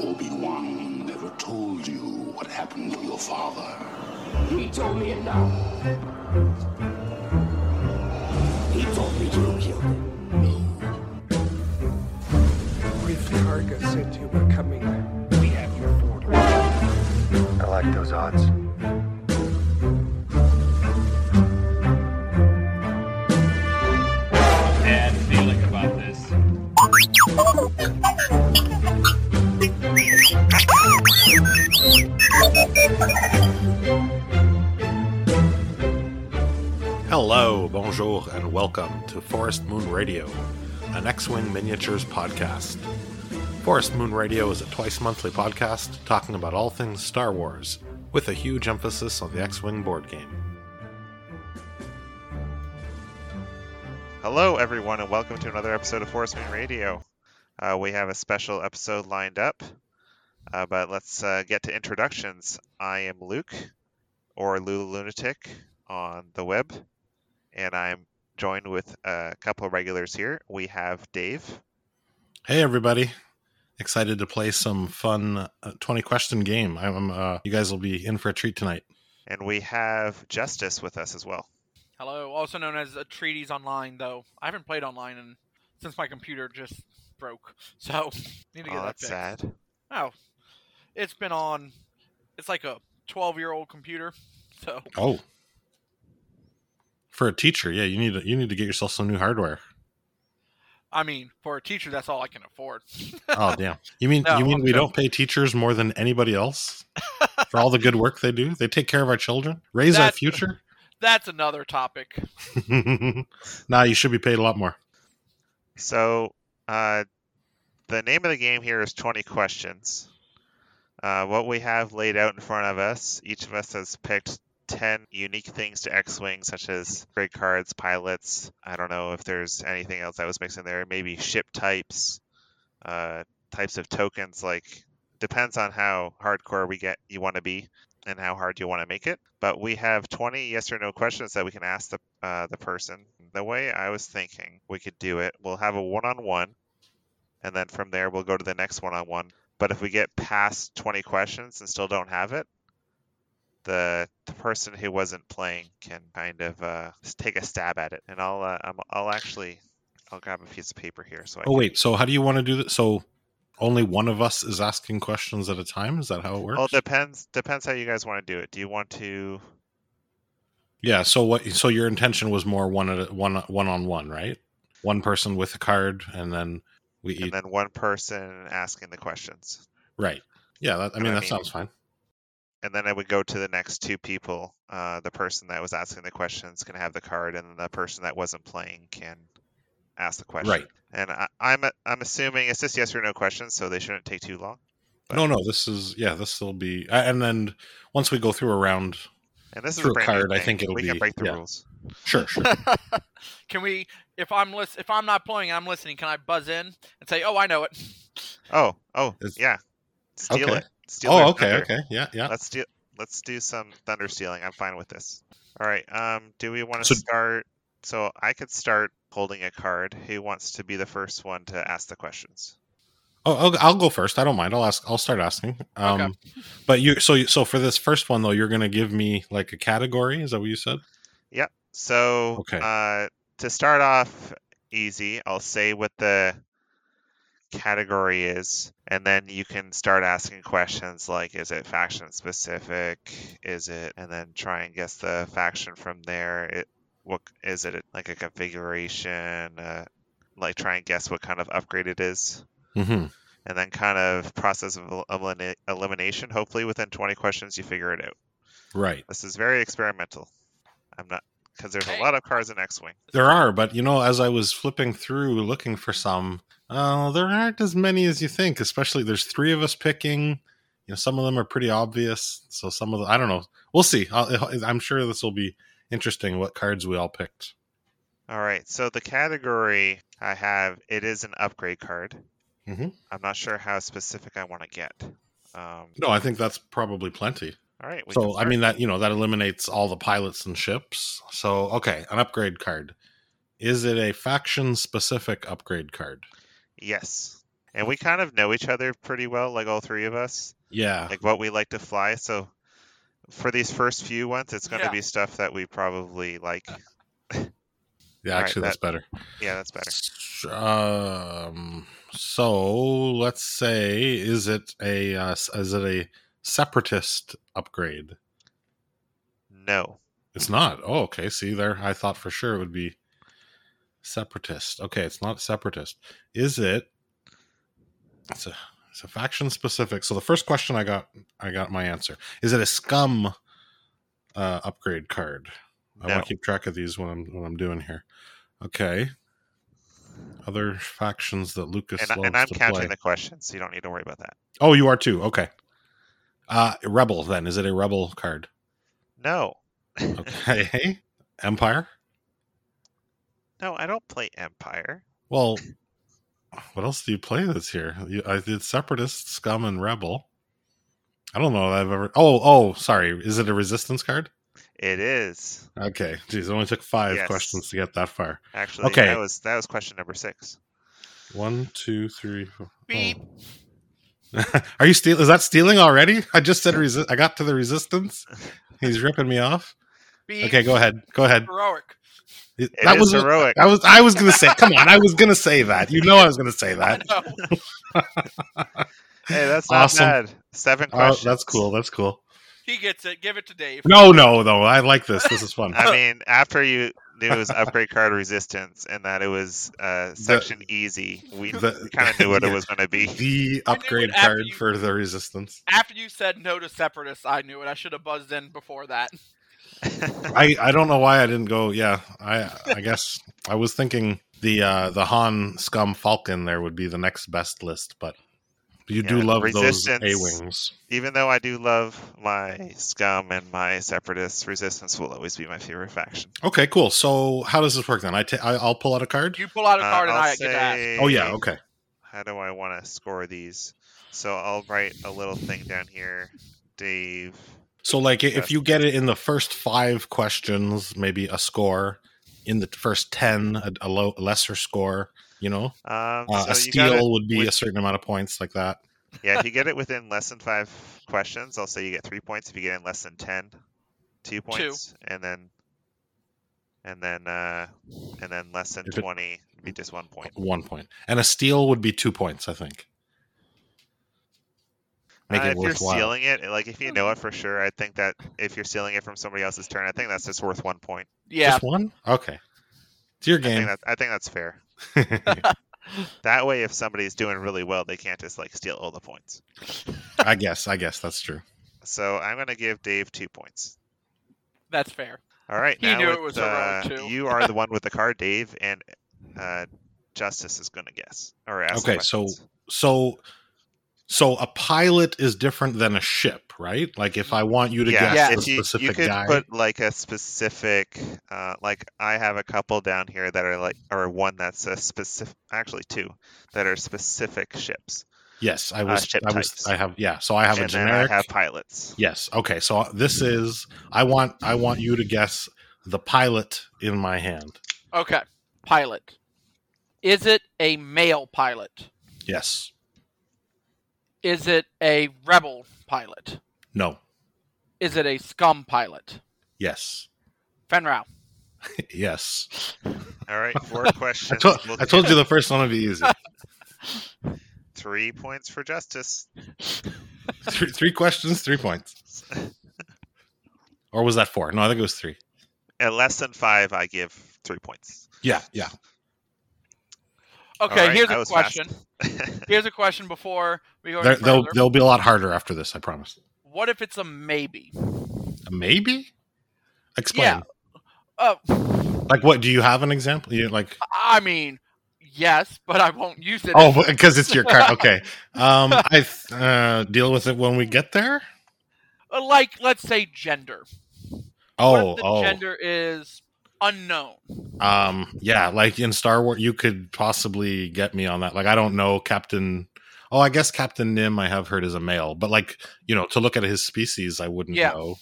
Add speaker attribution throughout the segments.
Speaker 1: Obi-Wan never told you what happened to your father.
Speaker 2: He told me it now. He told me you killed him.
Speaker 3: Griff Karga said you were coming. We have your portal.
Speaker 4: I like those odds.
Speaker 5: bad feeling about this.
Speaker 6: Hello, bonjour, and welcome to Forest Moon Radio, an X Wing Miniatures podcast. Forest Moon Radio is a twice monthly podcast talking about all things Star Wars, with a huge emphasis on the X Wing board game.
Speaker 7: Hello, everyone, and welcome to another episode of Forest Moon Radio. Uh, we have a special episode lined up, uh, but let's uh, get to introductions. I am Luke, or Lulu Lunatic, on the web, and I'm joined with a couple of regulars here. We have Dave,
Speaker 6: Hey, everybody! Excited to play some fun uh, 20 question game. I'm, uh, you guys will be in for a treat tonight.
Speaker 7: and we have Justice with us as well.
Speaker 8: Hello, also known as a treatise online. Though I haven't played online and since my computer just broke, so need to get
Speaker 7: Oh,
Speaker 8: that
Speaker 7: that's
Speaker 8: fixed.
Speaker 7: sad.
Speaker 8: Oh, it's been on. It's like a twelve-year-old computer, so
Speaker 6: Oh, for a teacher, yeah, you need to, you need to get yourself some new hardware.
Speaker 8: I mean, for a teacher, that's all I can afford.
Speaker 6: Oh damn! You mean
Speaker 8: No,
Speaker 6: you mean
Speaker 8: I'm
Speaker 6: we don't pay teachers more than anybody else for all the good work they do? They take care of our children, raise our
Speaker 8: That-
Speaker 6: future.
Speaker 8: That's another topic.
Speaker 6: nah, you should be paid a lot more.
Speaker 7: So, uh, the name of the game here is 20 questions. Uh, what we have laid out in front of us, each of us has picked 10 unique things to X Wing, such as grade cards, pilots. I don't know if there's anything else I was mixing there. Maybe ship types, uh, types of tokens. Like, depends on how hardcore we get you want to be and how hard you want to make it. But we have 20 yes or no questions that we can ask the, uh, the person. The way I was thinking we could do it, we'll have a one on one, and then from there we'll go to the next one on one. But if we get past 20 questions and still don't have it, the, the person who wasn't playing can kind of uh, s- take a stab at it. And I'll, uh, I'm, I'll actually. I'll grab a piece of paper here. So I
Speaker 6: Oh wait, so how do you want to do this? So only one of us is asking questions at a time. Is that how it works?
Speaker 7: Well, depends depends how you guys want to do it. Do you want to?
Speaker 6: yeah. So what? So your intention was more one at a, one one on one, right? One person with a card, and then we eat.
Speaker 7: And then one person asking the questions.
Speaker 6: right. Yeah. That, I
Speaker 7: And
Speaker 6: mean,
Speaker 7: I
Speaker 6: that
Speaker 7: mean-
Speaker 6: sounds fine.
Speaker 7: and then I would go to the next two people. Uh, the person that was asking the questions can have the card, and the person that wasn't playing can ask the question.
Speaker 6: Right.
Speaker 7: And I, I'm I'm assuming it's just yes or no questions, so they shouldn't take too long.
Speaker 6: No, no. This is yeah. This will be. a- And then once we go through a round,
Speaker 7: And this
Speaker 6: Through
Speaker 7: is
Speaker 6: a
Speaker 7: a brand new
Speaker 6: card, I
Speaker 7: thing.
Speaker 6: think it'll
Speaker 7: we
Speaker 6: be-
Speaker 7: can break the
Speaker 6: yeah.
Speaker 7: rules.
Speaker 6: sure, sure.
Speaker 8: can we? If I'm lis- if I'm not playing, I'm listening. Can I buzz in and say, "Oh, I know it"?
Speaker 7: Oh, oh,
Speaker 6: It's-
Speaker 7: yeah. Steal
Speaker 6: Okay.
Speaker 7: it. Steal their
Speaker 6: Oh, okay,
Speaker 7: thunder.
Speaker 6: okay, yeah, yeah.
Speaker 7: Let's do let's do some thunder stealing. I'm fine with this. All right. Um, do we want to
Speaker 6: So-
Speaker 7: start? So I could start holding a card. Who wants to be the first one to ask the questions?
Speaker 6: Oh, I'll, I'll go first. I don't mind. I'll ask. I'll start asking. Um,
Speaker 8: Okay.
Speaker 6: But you, so you- so for this first one though, you're gonna give me like a category. Is that what you said?
Speaker 7: So,
Speaker 6: Okay.
Speaker 7: uh, to start off easy, I'll say what the category is, and then you can start asking questions like, is it faction specific? Is it, and then try and guess the faction from there. It, what is it like a configuration? Uh, like try and guess what kind of upgrade it is,
Speaker 6: Mm-hmm.
Speaker 7: and then kind of process of el- elimina- elimination. Hopefully, within 20 questions, you figure it out.
Speaker 6: Right.
Speaker 7: This is very experimental. I'm not because there's a
Speaker 8: Hey.
Speaker 7: lot of cars in X-wing.
Speaker 6: There are, but you know, as I was flipping through looking for some, uh, there aren't as many as you think. Especially there's three of us picking. You know, some of them are pretty obvious. So some of the, I don't know. We'll see. I'll, I'm sure this will be interesting. What cards we all picked.
Speaker 7: All right, so the category I have it is an upgrade card.
Speaker 6: Mhm.
Speaker 7: I'm not sure how specific I want to get. Um,
Speaker 6: No, I think that's probably plenty.
Speaker 7: all right. we can
Speaker 6: so I
Speaker 7: start.
Speaker 6: mean that you know that eliminates all the pilots and ships. So okay, an upgrade card. Is it a faction specific upgrade card?
Speaker 7: yes, and we kind of know each other pretty well, like all three of us,
Speaker 6: Yeah.
Speaker 7: like what we like to fly. So for these first few ones, it's going to
Speaker 8: Yeah.
Speaker 7: be stuff that we probably like.
Speaker 6: Yeah,
Speaker 7: All right,
Speaker 6: actually, that's better.
Speaker 7: Yeah, that's better.
Speaker 6: Um, so let's say, is it a uh, s- is it a separatist upgrade?
Speaker 7: No,
Speaker 6: It's not. Oh, okay. See there, I thought for sure it would be separatist. Okay, it's not separatist. Is it? It's a it's a faction specific. So the first question I got, I got my answer. Is it a scum uh, upgrade card? I
Speaker 7: No.
Speaker 6: want to keep track of these when I'm when I'm doing here. Okay. Other factions that Lucas
Speaker 7: and, I-
Speaker 6: loves
Speaker 7: and I'm
Speaker 6: to
Speaker 7: counting
Speaker 6: play.
Speaker 7: the questions, so you don't need to worry about that.
Speaker 6: Oh, you are too. Okay. Uh, rebel then is it a rebel card?
Speaker 7: No,
Speaker 6: Okay. Empire.
Speaker 7: no, I don't play Empire.
Speaker 6: Well, what else do you play this year? You, I did Separatist, Scum, and Rebel. I don't know that I've ever. Oh, oh, sorry. Is it a resistance card?
Speaker 7: It is
Speaker 6: Okay. Geez, it only took five
Speaker 7: Yes.
Speaker 6: questions to get that far.
Speaker 7: actually.
Speaker 6: Okay.
Speaker 7: that was that was question number six.
Speaker 6: One, two, three, four.
Speaker 8: Beep.
Speaker 6: oh. Are you steal? Is that stealing already? I just said resist. I got to the resistance. He's ripping me off.
Speaker 8: Beep.
Speaker 6: Okay, go ahead. Go ahead.
Speaker 8: Heroic.
Speaker 7: It
Speaker 6: It-
Speaker 7: is
Speaker 6: that was
Speaker 7: heroic.
Speaker 6: I was. I was gonna say. Come on. I was gonna say that. You know, I was gonna say
Speaker 8: I
Speaker 6: that.
Speaker 8: know.
Speaker 7: Hey, that's not
Speaker 6: Awesome.
Speaker 7: bad. Seven
Speaker 6: Oh,
Speaker 7: questions.
Speaker 6: that's cool. That's cool.
Speaker 8: He gets it. Give it to Dave.
Speaker 6: No, no, no. I like this. This is fun.
Speaker 7: I mean, after you knew it was upgrade card resistance and that it was uh, section easy, we
Speaker 6: the-
Speaker 7: kind of knew what
Speaker 6: yeah.
Speaker 7: it was going to be.
Speaker 6: the
Speaker 8: I knew
Speaker 6: upgrade
Speaker 8: it after
Speaker 6: card
Speaker 8: you-
Speaker 6: for the resistance.
Speaker 8: After you said no to separatists, I knew it. I should have buzzed in before that.
Speaker 6: I, I don't know why I didn't go. Yeah, I I guess I was thinking the uh, the Han Scum Falcon there would be the next best list, but you do
Speaker 7: Yeah,
Speaker 6: love
Speaker 7: resistance.
Speaker 6: those A wings.
Speaker 7: Even though I do love my scum and my separatists, resistance will always be my favorite faction.
Speaker 6: Okay, cool. So how does this work then? I ta- I, I'll pull out a card.
Speaker 8: You pull out a
Speaker 7: Uh,
Speaker 8: card and
Speaker 7: I'll
Speaker 8: I get to ask.
Speaker 6: Oh yeah,
Speaker 7: say,
Speaker 6: okay.
Speaker 7: How do I want to score these? So I'll write a little thing down here, Dave.
Speaker 6: So like i- if you get it in the first five questions, maybe a score. In the first ten, a, a low, a lesser score. You know,
Speaker 7: Um,
Speaker 6: uh,
Speaker 7: so
Speaker 6: a
Speaker 7: you gotta-
Speaker 6: steal would be
Speaker 7: would-
Speaker 6: a certain amount of points, like that.
Speaker 7: yeah, if you get it within less than five questions, I'll say you get three points. If you get in less than ten, two points, and then and then uh, and then less than
Speaker 6: If it-
Speaker 7: twenty would be just one point.
Speaker 6: one point, and a steal would be two points, I think. Make
Speaker 7: Uh,
Speaker 6: it
Speaker 7: if
Speaker 6: worthwhile.
Speaker 7: you're stealing it, like if you know it for sure, I think that if you're stealing it from somebody else's turn, I think that's just worth one point.
Speaker 8: Yeah.
Speaker 6: Just one? Okay. It's your
Speaker 7: I think,
Speaker 6: game.
Speaker 7: that, I think that's fair. That way, if somebody's doing really well, they can't just like steal all the points.
Speaker 6: I guess. I guess that's true.
Speaker 7: So I'm gonna give Dave two points.
Speaker 8: That's fair.
Speaker 7: All right,
Speaker 8: He
Speaker 7: now
Speaker 8: knew it
Speaker 7: it's,
Speaker 8: was a
Speaker 7: uh,
Speaker 8: row, too.
Speaker 7: you are the one with the card, Dave, and uh, Justice is gonna guess or ask.
Speaker 6: Okay, so-
Speaker 7: questions.
Speaker 6: So, so a pilot is different than a ship, right? Like if I want you to
Speaker 7: yeah,
Speaker 6: guess
Speaker 8: Yeah.
Speaker 6: the
Speaker 7: if you,
Speaker 6: specific
Speaker 7: you could
Speaker 6: guy,
Speaker 7: put like a specific, uh, like I have a couple down here that are like, or one that's a specific, actually two that are specific ships,
Speaker 6: yes, I was.
Speaker 7: uh, ship
Speaker 6: I was.
Speaker 7: types.
Speaker 6: I have. Yeah. So I have a
Speaker 7: and then
Speaker 6: generic.
Speaker 7: I have pilots.
Speaker 6: Yes. Okay. So this is. I want. I want you to guess the pilot in my hand.
Speaker 8: Okay. Pilot. Is it a male pilot?
Speaker 6: Yes.
Speaker 8: Is it a rebel pilot?
Speaker 6: No.
Speaker 8: Is it a scum pilot?
Speaker 6: Yes.
Speaker 8: Fenrow.
Speaker 6: yes.
Speaker 7: All right, four
Speaker 6: I
Speaker 7: questions.
Speaker 6: told,
Speaker 7: We'll
Speaker 6: I told
Speaker 7: get
Speaker 6: you the first one would be easy.
Speaker 7: three points for Justice.
Speaker 6: three, three questions, three points. Or was that four? No, I think it was three.
Speaker 7: At less than five, I give three points.
Speaker 6: Yeah, yeah.
Speaker 7: All
Speaker 8: Okay,
Speaker 7: right,
Speaker 8: here's
Speaker 7: I
Speaker 8: a
Speaker 7: was fast.
Speaker 8: question. Here's a question before we go
Speaker 6: They're,
Speaker 8: any
Speaker 6: they'll
Speaker 8: further.
Speaker 6: they'll be a lot harder after this, I promise.
Speaker 8: What if it's a maybe?
Speaker 6: Maybe. Explain.
Speaker 8: Uh,
Speaker 6: Like, what do you have an example? You like?
Speaker 8: I mean, yes, but I won't use it.
Speaker 6: Oh, because it's your card. Okay. Um, I th- uh, deal with it when we get there.
Speaker 8: Uh, Like, let's say gender. What
Speaker 6: Oh,
Speaker 8: if the
Speaker 6: oh.
Speaker 8: gender is unknown?
Speaker 6: Um, yeah. Like in Star Wars, you could possibly get me on that. Like, I don't know, Captain. Oh, I guess Captain Nim I have heard is a male, but like you know, to look at his species, I wouldn't
Speaker 8: Yeah.
Speaker 6: know.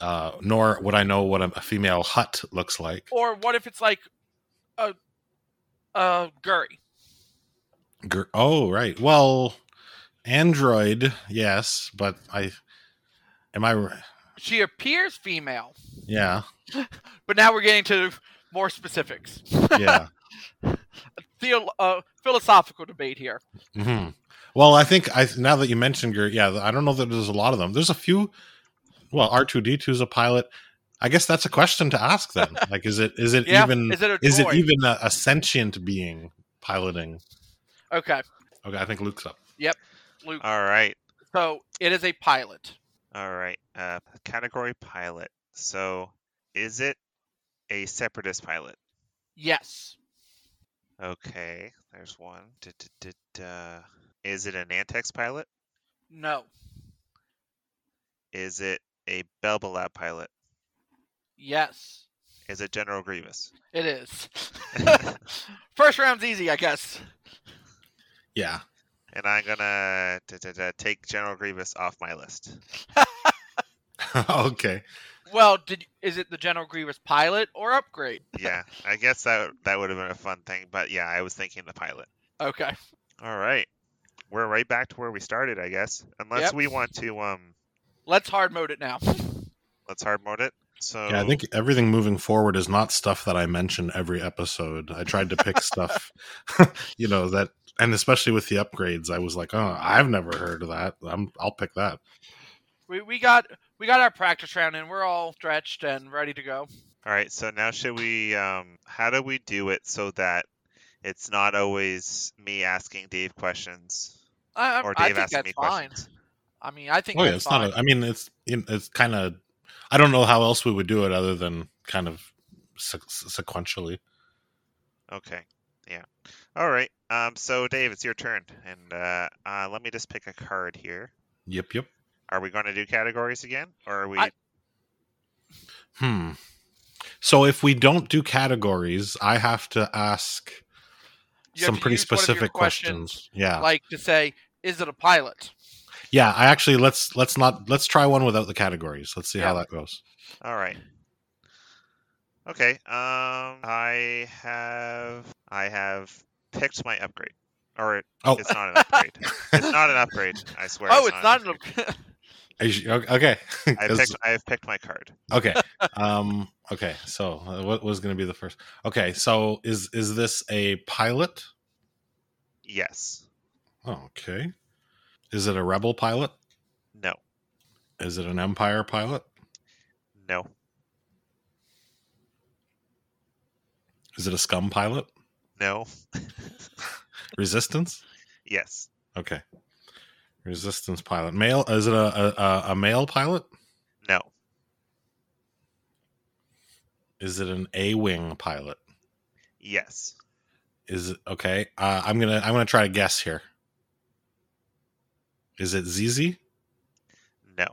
Speaker 6: Uh, nor would I know what a, a female hut looks like.
Speaker 8: Or what if it's like a a gurry?
Speaker 6: Gr- oh, right. Well, Android, yes, but I am I r-
Speaker 8: She appears female,
Speaker 6: yeah,
Speaker 8: but now we're getting to more specifics.
Speaker 6: yeah.
Speaker 8: Theo- uh, philosophical debate here. Mm-hmm.
Speaker 6: hmm Well, I think I now that you mentioned Gert, yeah, I don't know that there's a lot of them. There's a few. Well, R two D two is a pilot. I guess that's a question to ask then. Like, is it is it
Speaker 8: Yeah,
Speaker 6: even
Speaker 8: is it a
Speaker 6: is it
Speaker 8: droid?
Speaker 6: even a, a sentient being piloting?
Speaker 8: Okay,
Speaker 6: Okay, I think Luke's up.
Speaker 8: Luke.
Speaker 7: All right.
Speaker 8: so it is a pilot.
Speaker 7: All right. Uh, category pilot. So, is it a separatist pilot?
Speaker 8: Yes.
Speaker 7: Okay. There's one. Duh, duh, duh, duh. Is it an Antex pilot?
Speaker 8: No.
Speaker 7: Is it a Belbalab pilot?
Speaker 8: Yes.
Speaker 7: Is it General Grievous?
Speaker 8: It is. First round's easy, I guess.
Speaker 6: Yeah.
Speaker 7: And I'm gonna duh, duh, duh, take General Grievous off my list.
Speaker 6: okay.
Speaker 8: Well, did is it the General Grievous pilot or upgrade?
Speaker 7: Yeah, I guess that that would have been a fun thing, but yeah, I was thinking the pilot.
Speaker 8: Okay.
Speaker 7: All right, we're right back to where we started, I guess. Unless
Speaker 8: Yep.
Speaker 7: we want to um,
Speaker 8: Let's hard mode it now.
Speaker 7: let's hard mode it. So
Speaker 8: Oh.
Speaker 6: Yeah, I think everything moving forward is not stuff that I mention every episode. I tried to pick stuff, you know, that, and especially with the upgrades, I was like, oh, I've never heard of that. I'm, I'll pick that.
Speaker 8: We, we got we got our practice round and we're all stretched and ready to go.
Speaker 7: All right, so now should we? Um, how do we do it so that it's not always me asking Dave questions
Speaker 8: I, I-
Speaker 7: or
Speaker 8: Um, I
Speaker 7: Dave
Speaker 8: think
Speaker 7: asking
Speaker 8: that's
Speaker 7: me
Speaker 8: fine.
Speaker 7: questions?
Speaker 8: I mean, I think
Speaker 6: Oh yeah,
Speaker 8: that's
Speaker 6: it's
Speaker 8: fine.
Speaker 6: not. A, I mean, it's it's kind of. I don't know how else we would do it other than kind of se- sequentially.
Speaker 7: Okay, yeah. All right. Um, so Dave, it's your turn, and uh, uh, let me just pick a card here.
Speaker 6: Yep, yep.
Speaker 7: Are we going to do categories again, or are we?
Speaker 8: I-
Speaker 6: Hmm. So if we don't do categories, I have to ask
Speaker 8: You have
Speaker 6: some
Speaker 8: to
Speaker 6: pretty
Speaker 8: use one of your
Speaker 6: specific
Speaker 8: questions,
Speaker 6: questions. Yeah,
Speaker 8: Like to say, is it a pilot?
Speaker 6: yeah. I actually let's let's not let's try one without the categories. Let's see how
Speaker 8: Yeah.
Speaker 6: that goes.
Speaker 7: All right. Okay. Um, I have I have picked my upgrade, or
Speaker 6: Oh.
Speaker 7: it's not an upgrade. it's not an upgrade. I swear.
Speaker 8: oh, it's not.
Speaker 7: an
Speaker 8: An,
Speaker 6: Are you su- okay.
Speaker 7: upgrade. I've
Speaker 6: 'Cause-
Speaker 7: picked I've picked my card.
Speaker 6: okay. Um. Okay. So uh, what was going to be the first? Okay. So is is this a pilot?
Speaker 7: Yes.
Speaker 6: Okay. Is it a rebel pilot?
Speaker 7: No.
Speaker 6: Is it an empire pilot?
Speaker 7: No.
Speaker 6: Is it a scum pilot?
Speaker 7: No.
Speaker 6: Resistance?
Speaker 7: Yes.
Speaker 6: Okay. Resistance pilot. Male? Is it a, a, a male pilot?
Speaker 7: No.
Speaker 6: Is it an A wing pilot?
Speaker 7: Yes.
Speaker 6: Is it okay? Uh, I'm gonna I'm gonna try to guess here. Is it ZZ?
Speaker 7: No.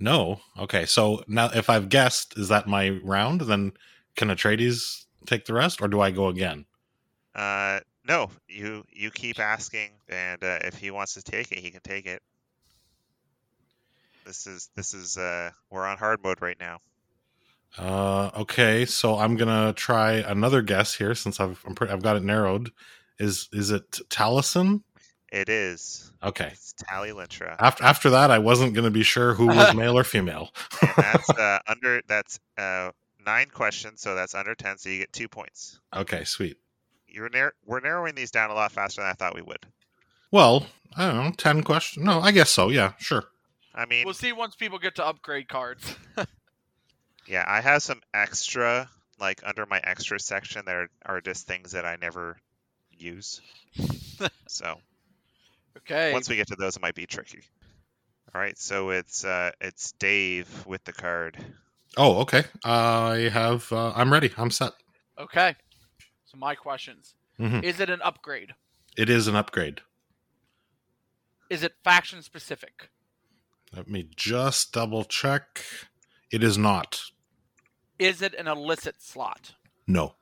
Speaker 6: No. Okay. So now, if I've guessed, is that my round? Then can Atreides take the rest, or do I go again?
Speaker 7: Uh, no. You you keep asking, and uh, if he wants to take it, he can take it. This is this is uh we're on hard mode right now.
Speaker 6: Uh, okay, so I'm gonna try another guess here since I've I'm pretty, I've got it narrowed. Is is it Taliesin?
Speaker 7: It is.
Speaker 6: Okay.
Speaker 7: It's Tally Lintra.
Speaker 6: After after that, I wasn't gonna be sure who was male or female.
Speaker 7: and that's uh, under that's uh, nine questions, so that's under ten. So you get two points.
Speaker 6: Okay, sweet.
Speaker 7: You're nar- we're narrowing these down a lot faster than I thought we would.
Speaker 6: Well, I don't know, ten questions. No, I guess so. Yeah, sure.
Speaker 7: I mean,
Speaker 8: we'll see once people get to upgrade cards.
Speaker 7: yeah, I have some extra like under my extra section there are just things that I never use. so
Speaker 8: okay.
Speaker 7: once we get to those, it might be tricky. All right, so it's uh, it's Dave with the card.
Speaker 6: Oh, okay. I have. Uh, I'm ready. I'm set.
Speaker 8: Okay. So my questions:
Speaker 6: Mhm.
Speaker 8: Is it an upgrade?
Speaker 6: It is an upgrade.
Speaker 8: Is it faction specific?
Speaker 6: Let me just double check. It is not.
Speaker 8: Is it an illicit slot?
Speaker 6: No.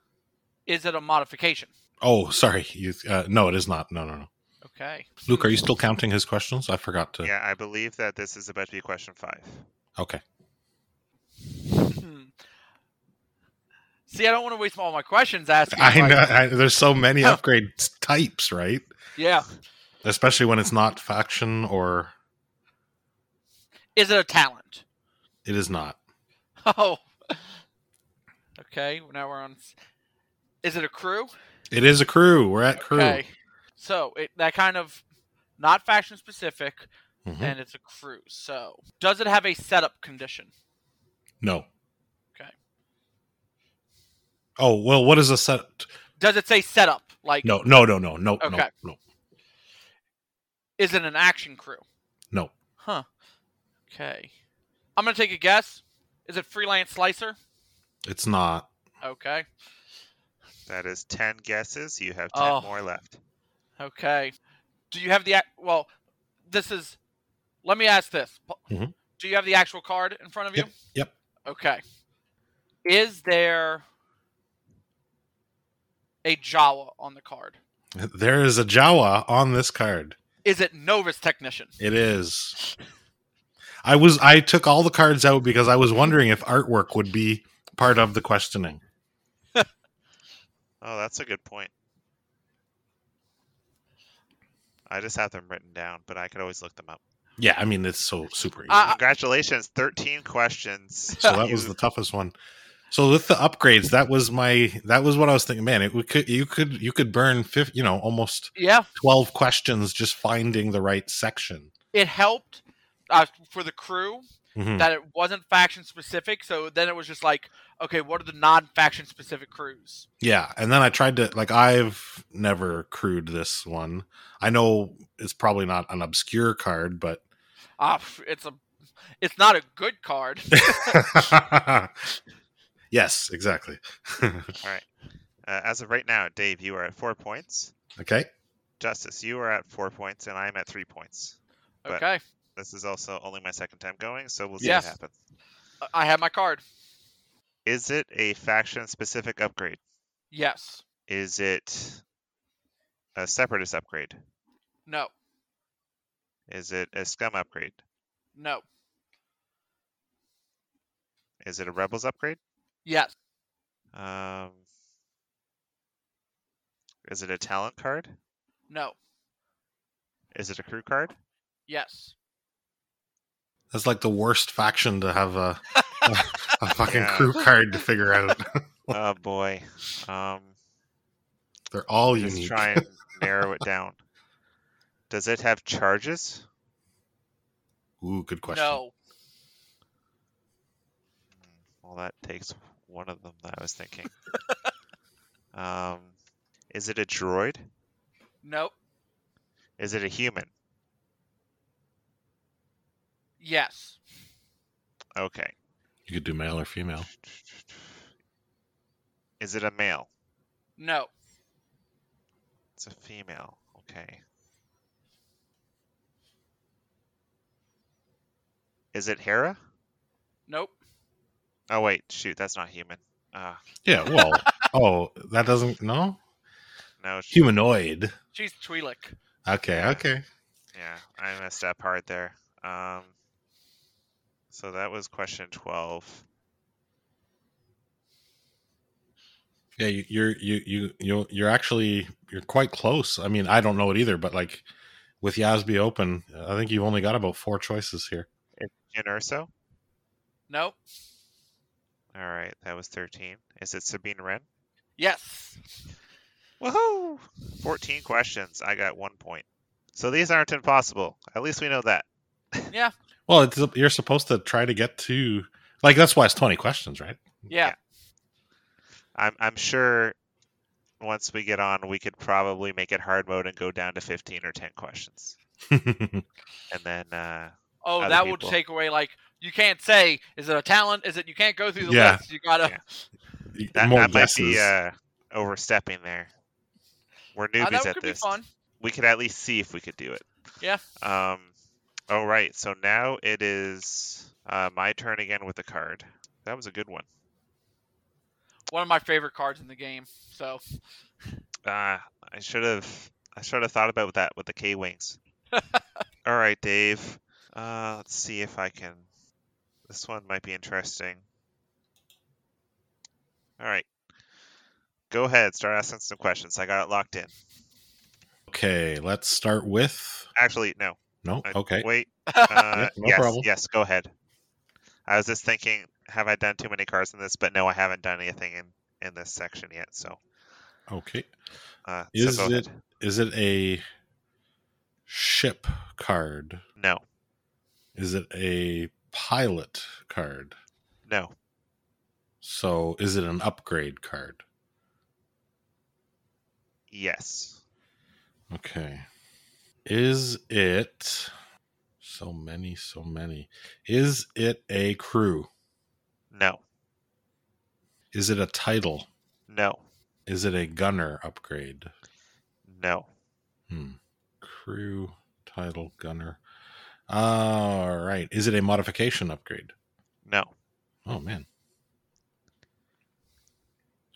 Speaker 8: Is it a modification?
Speaker 6: Oh, sorry. You. Uh, no, it is not. No, no, no.
Speaker 8: Okay.
Speaker 6: Luke, are you still counting his questions? I forgot to.
Speaker 7: Yeah, I believe that this is about to be question five.
Speaker 6: Okay.
Speaker 8: Hmm. See, I don't want to waste all my questions asking.
Speaker 6: I
Speaker 8: like-
Speaker 6: know. I, there's so many upgrade types, right?
Speaker 8: Yeah.
Speaker 6: especially when it's not faction or
Speaker 8: Is it a talent?
Speaker 6: it is not.
Speaker 8: Oh. Okay, now we're on. s- Is it a crew?
Speaker 6: It is a crew. We're at crew.
Speaker 8: Okay. So it that kind of not faction specific,
Speaker 6: Mhm.
Speaker 8: and it's a crew. So does it have a setup condition?
Speaker 6: No.
Speaker 8: Okay.
Speaker 6: Oh well, what is a set?
Speaker 8: Does it say setup? Like
Speaker 6: No, no, no, no, no,
Speaker 8: Okay.
Speaker 6: no, no,
Speaker 8: is it an action crew?
Speaker 6: no.
Speaker 8: Huh. Okay. I'm gonna take a guess. Is it freelance slicer?
Speaker 6: It's not.
Speaker 8: Okay.
Speaker 7: That is 10 guesses. You have 10
Speaker 8: Oh.
Speaker 7: more left.
Speaker 8: Okay. Do you have the ac- well? This is. Let me ask this. P-
Speaker 6: Mhm.
Speaker 8: Do you have the actual card in front of you?
Speaker 6: Yep.
Speaker 8: Okay. Is there a Jawa on the card?
Speaker 6: There is a Jawa on this card.
Speaker 8: Is it Novus Technician?
Speaker 6: It is. I was I took all the cards out because I was wondering if artwork would be part of the questioning.
Speaker 7: Oh, that's a good point. I just have them written down, but I could always look them up.
Speaker 6: Yeah, I mean it's so super easy.
Speaker 8: Uh,
Speaker 7: Congratulations, 13 questions.
Speaker 6: Ah. so that
Speaker 7: You-
Speaker 6: was the toughest one. So with the upgrades, that was my that was what I was thinking. Man, it we could you could you could burn fif, you know almost
Speaker 8: Yeah.
Speaker 6: twelve questions just finding the right section.
Speaker 8: It helped uh, for the crew
Speaker 7: Mm-hmm.
Speaker 6: Mhm.
Speaker 8: that it wasn't faction specific. So then it was just like, okay, what are the non faction specific crews?
Speaker 6: Yeah, and then I tried to like I've never crewed this one. I know it's probably not an obscure card, but
Speaker 8: Ah, pff, it's a, it's not a good card.
Speaker 6: yes, exactly.
Speaker 7: uh, as of right now, Dave, you are at four points.
Speaker 6: okay.
Speaker 7: Justice, you are at four points, and I'm at three points. But-
Speaker 8: okay,
Speaker 7: This is also only my second time going, so we'll see
Speaker 8: Yes.
Speaker 7: what happens.
Speaker 8: I- I have my card.
Speaker 7: Is it a faction specific upgrade?
Speaker 8: Yes.
Speaker 7: Is it a separatist upgrade?
Speaker 8: No.
Speaker 7: Is it a scum upgrade?
Speaker 8: No.
Speaker 7: Is it a rebels upgrade?
Speaker 8: Yes.
Speaker 7: Um, is it a talent card?
Speaker 8: No.
Speaker 7: Is it a crew card?
Speaker 8: Yes.
Speaker 6: That's like the worst faction to have a a, fucking
Speaker 7: Yeah.
Speaker 6: crew card to figure out.
Speaker 7: oh boy. Um,
Speaker 6: They're all
Speaker 7: just
Speaker 6: unique.
Speaker 7: try and narrow it down. Does it have charges?
Speaker 6: Ooh, good question.
Speaker 8: No.
Speaker 7: Well, that takes one of them that I was thinking. um, is it a droid?
Speaker 8: Nope.
Speaker 7: Is it a human?
Speaker 8: Yes.
Speaker 7: Okay.
Speaker 6: You could do male or female.
Speaker 7: Is it a male?
Speaker 8: No.
Speaker 7: It's a female. Okay. Is it Hera?
Speaker 8: Nope.
Speaker 7: Oh wait, shoot, that's not human. Ah,
Speaker 6: Yeah. Well. oh, that doesn't. No.
Speaker 7: no, sh-
Speaker 6: Humanoid.
Speaker 8: She's Twi'lek.
Speaker 6: Okay. Okay.
Speaker 7: Yeah, I messed up hard there. Um, so that was question twelve.
Speaker 6: Yeah. You, you're you you you you're actually you're quite close. I mean, I don't know it either, but like with Yasby open, I think you've only got about four choices here.
Speaker 7: Jyn Erso.
Speaker 8: Nope.
Speaker 7: All right, that was thirteen. Is it Sabine Wren?
Speaker 8: Yes.
Speaker 7: Woohoo! Fourteen questions. I got one point. So these aren't impossible. At least we know that.
Speaker 6: Well, it's, you're supposed to try to get to like that's why it's twenty questions, right?
Speaker 8: Yeah.
Speaker 7: Yeah. I'm I'm sure once we get on, we could probably make it hard mode and go down to fifteen or ten questions, and then uh,
Speaker 8: Oh,
Speaker 7: Other
Speaker 8: that
Speaker 7: people.
Speaker 8: will take away like you can't say is it a talent? Is it you can't go through the
Speaker 6: Yeah.
Speaker 8: list. You gotta
Speaker 7: Yeah. that,
Speaker 6: More
Speaker 7: that might be
Speaker 6: guesses.
Speaker 7: uh, overstepping there. We're
Speaker 8: Uh,
Speaker 7: newbies
Speaker 8: that
Speaker 7: at
Speaker 8: could
Speaker 7: this.
Speaker 8: be fun.
Speaker 7: we could at least see if we could do it.
Speaker 8: Yeah.
Speaker 7: Um. All right. So now it is uh, my turn again with the card. That was a good one.
Speaker 8: One of my favorite cards in the game. So
Speaker 7: Ah, I should have. I should have thought about that with the K wings. all right, Dave. Uh, let's see if I can. This one might be interesting. All right. Go ahead. Start asking some questions. I got it locked in.
Speaker 6: Okay, let's start with.
Speaker 7: Actually, no.
Speaker 6: No,
Speaker 7: I-
Speaker 6: okay.
Speaker 7: Wait. Uh,
Speaker 6: no
Speaker 7: yes,
Speaker 6: problem.
Speaker 7: yes, go ahead. I was just thinking, have I done too many cars in this? But no, I haven't done anything in, in this section yet. So,
Speaker 6: Okay.
Speaker 7: uh, so
Speaker 6: Is
Speaker 7: go
Speaker 6: it
Speaker 7: ahead.
Speaker 6: is it a ship card?
Speaker 7: No,
Speaker 6: Is it a pilot card?
Speaker 7: no,
Speaker 6: So is it an upgrade card?
Speaker 7: yes.
Speaker 6: Okay. Is it so many, so many. Is it a crew?
Speaker 7: No,
Speaker 6: Is it a title?
Speaker 7: no,
Speaker 6: Is it a gunner upgrade?
Speaker 7: no.
Speaker 6: Hmm. Crew, title, gunner. All right. Is it a modification upgrade?
Speaker 7: No,
Speaker 6: Oh man.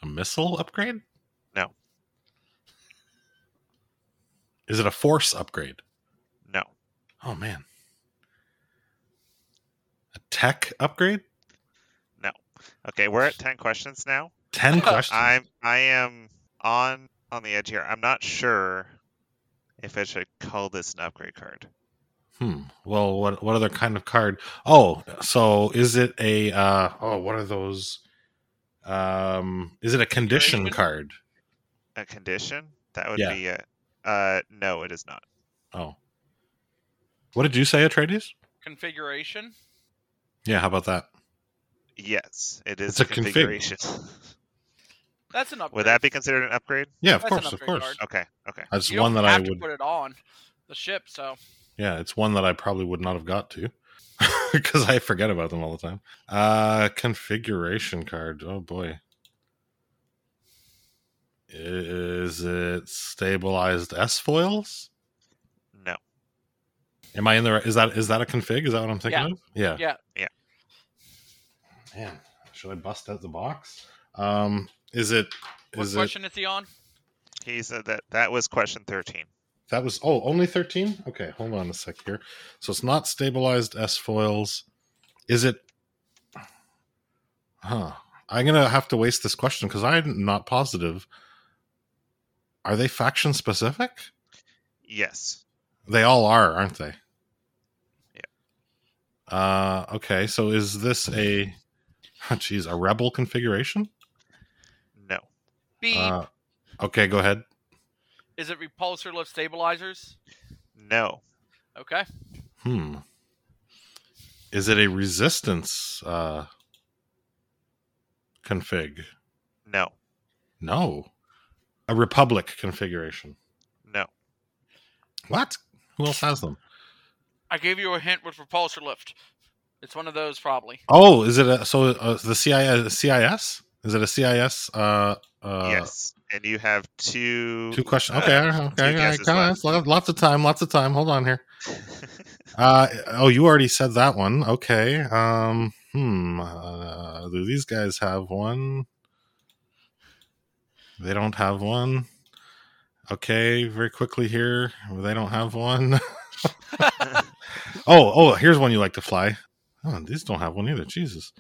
Speaker 6: A missile upgrade?
Speaker 7: No.
Speaker 6: Is it a force upgrade?
Speaker 7: no,
Speaker 6: Oh man. A tech upgrade?
Speaker 7: no. Okay, we're at ten questions now.
Speaker 6: 10 questions.
Speaker 7: I'm I am on on the edge here. I'm not sure if I should call this an upgrade card.
Speaker 6: Hmm. Well, what what other kind of card? Oh, so is it a uh oh, what are those um is it a condition
Speaker 8: Condition?
Speaker 6: card?
Speaker 7: A condition that would
Speaker 6: Yeah.
Speaker 7: be a uh no, it is not.
Speaker 6: Oh. What did you say, Atreides?
Speaker 8: Configuration.
Speaker 6: Yeah, how about that?
Speaker 7: Yes, it is
Speaker 6: It's a
Speaker 7: a
Speaker 6: config.
Speaker 7: configuration.
Speaker 8: That's an upgrade.
Speaker 7: would that be considered an upgrade?
Speaker 6: Yeah, of
Speaker 8: That's an
Speaker 6: course, of
Speaker 8: upgrade
Speaker 6: course.
Speaker 8: card.
Speaker 7: Okay, okay.
Speaker 6: That's
Speaker 8: Oh, You
Speaker 6: one
Speaker 8: don't
Speaker 6: that I
Speaker 8: have to
Speaker 6: would
Speaker 8: put it on the ship. So
Speaker 6: Yeah, it's one that I probably would not have got to because I forget about them all the time. Uh configuration card. Oh boy. Is it stabilized S foils?
Speaker 7: No.
Speaker 6: Am I in the right? Is that is that a config? Is that what I'm thinking
Speaker 8: Yeah.
Speaker 6: of? Yeah.
Speaker 8: Yeah.
Speaker 7: Yeah.
Speaker 6: Man, should I bust out the box? Um, is it?
Speaker 8: what
Speaker 6: Is it?
Speaker 8: question is he on?
Speaker 7: He said that that was question thirteen.
Speaker 6: That was oh only thirteen. Okay, hold on a sec here. So it's not stabilized S foils. Is it? Huh. I'm gonna have to waste this question because I'm not positive. Are they faction specific?
Speaker 7: Yes.
Speaker 6: They all are, aren't they?
Speaker 7: Yeah.
Speaker 6: Uh, okay. So is this a? Jeez, a rebel configuration?
Speaker 7: No.
Speaker 8: B.
Speaker 6: Uh, okay, go ahead.
Speaker 8: is it repulsor lift stabilizers?
Speaker 7: No.
Speaker 8: Okay.
Speaker 6: Hmm. Is it a resistance uh, config?
Speaker 7: No.
Speaker 6: No. A republic configuration.
Speaker 7: No.
Speaker 6: What? Who else has them?
Speaker 8: I gave you a hint with repulsor lift. It's one of those probably.
Speaker 6: Oh, is it a so uh, the CIS? CIS? Is it a CIS? Uh, uh,
Speaker 7: yes. And you have two
Speaker 6: Two questions.
Speaker 7: uh,
Speaker 6: Okay, okay,
Speaker 7: two
Speaker 6: okay.
Speaker 7: guesses
Speaker 6: come on,
Speaker 7: left.
Speaker 6: lo- Lots of time. Lots of time. Hold on here. Uh, oh, you already said that one. Okay. Um, hmm. Uh, do these guys have one? They don't have one. Okay, very quickly here. They don't have one. oh, oh, here's one you like to fly. Oh, these don't have one either. Jesus.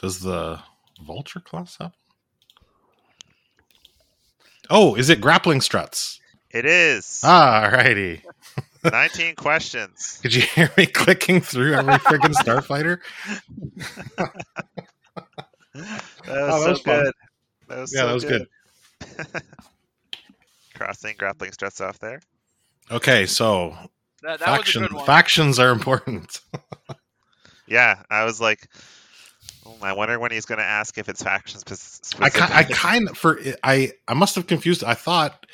Speaker 6: Does the vulture class have? Oh, is it grappling struts?
Speaker 7: it is.
Speaker 6: Ah, righty.
Speaker 7: Nineteen questions.
Speaker 6: Could you hear me clicking through every freaking starfighter?
Speaker 7: That was,
Speaker 6: Oh, that
Speaker 7: so
Speaker 6: was fun.
Speaker 7: good. That was
Speaker 6: Yeah,
Speaker 7: so
Speaker 6: that was good.
Speaker 7: Crossing grappling struts off there.
Speaker 6: Okay, so
Speaker 8: That, that was a
Speaker 6: faction,
Speaker 8: good one.
Speaker 6: factions are important.
Speaker 7: Yeah, I was like, "Oh, I wonder when he's going to ask if it's faction spe- specific.
Speaker 6: I, ki- I kind of for I I must have confused. I thought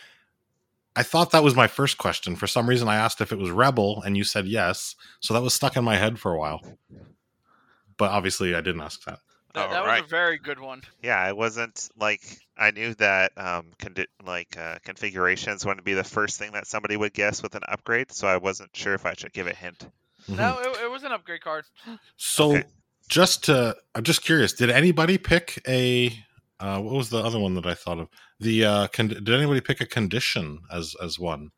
Speaker 6: I thought that was my first question. For some reason, I asked if it was rebel, and you said yes. So that was stuck in my head for a while. But obviously, I didn't ask that.
Speaker 8: That, that was a very good one.
Speaker 7: Yeah, I wasn't like I knew that um condi- like uh, configurations wouldn't be the first thing that somebody would guess with an upgrade, so I wasn't sure if I should give a hint.
Speaker 8: No, it, it was an upgrade card.
Speaker 6: So
Speaker 7: Okay.
Speaker 6: just to, I'm just curious. Did anybody pick a? Uh, what was the other one that I thought of? The uh, con- did anybody pick a condition as as one?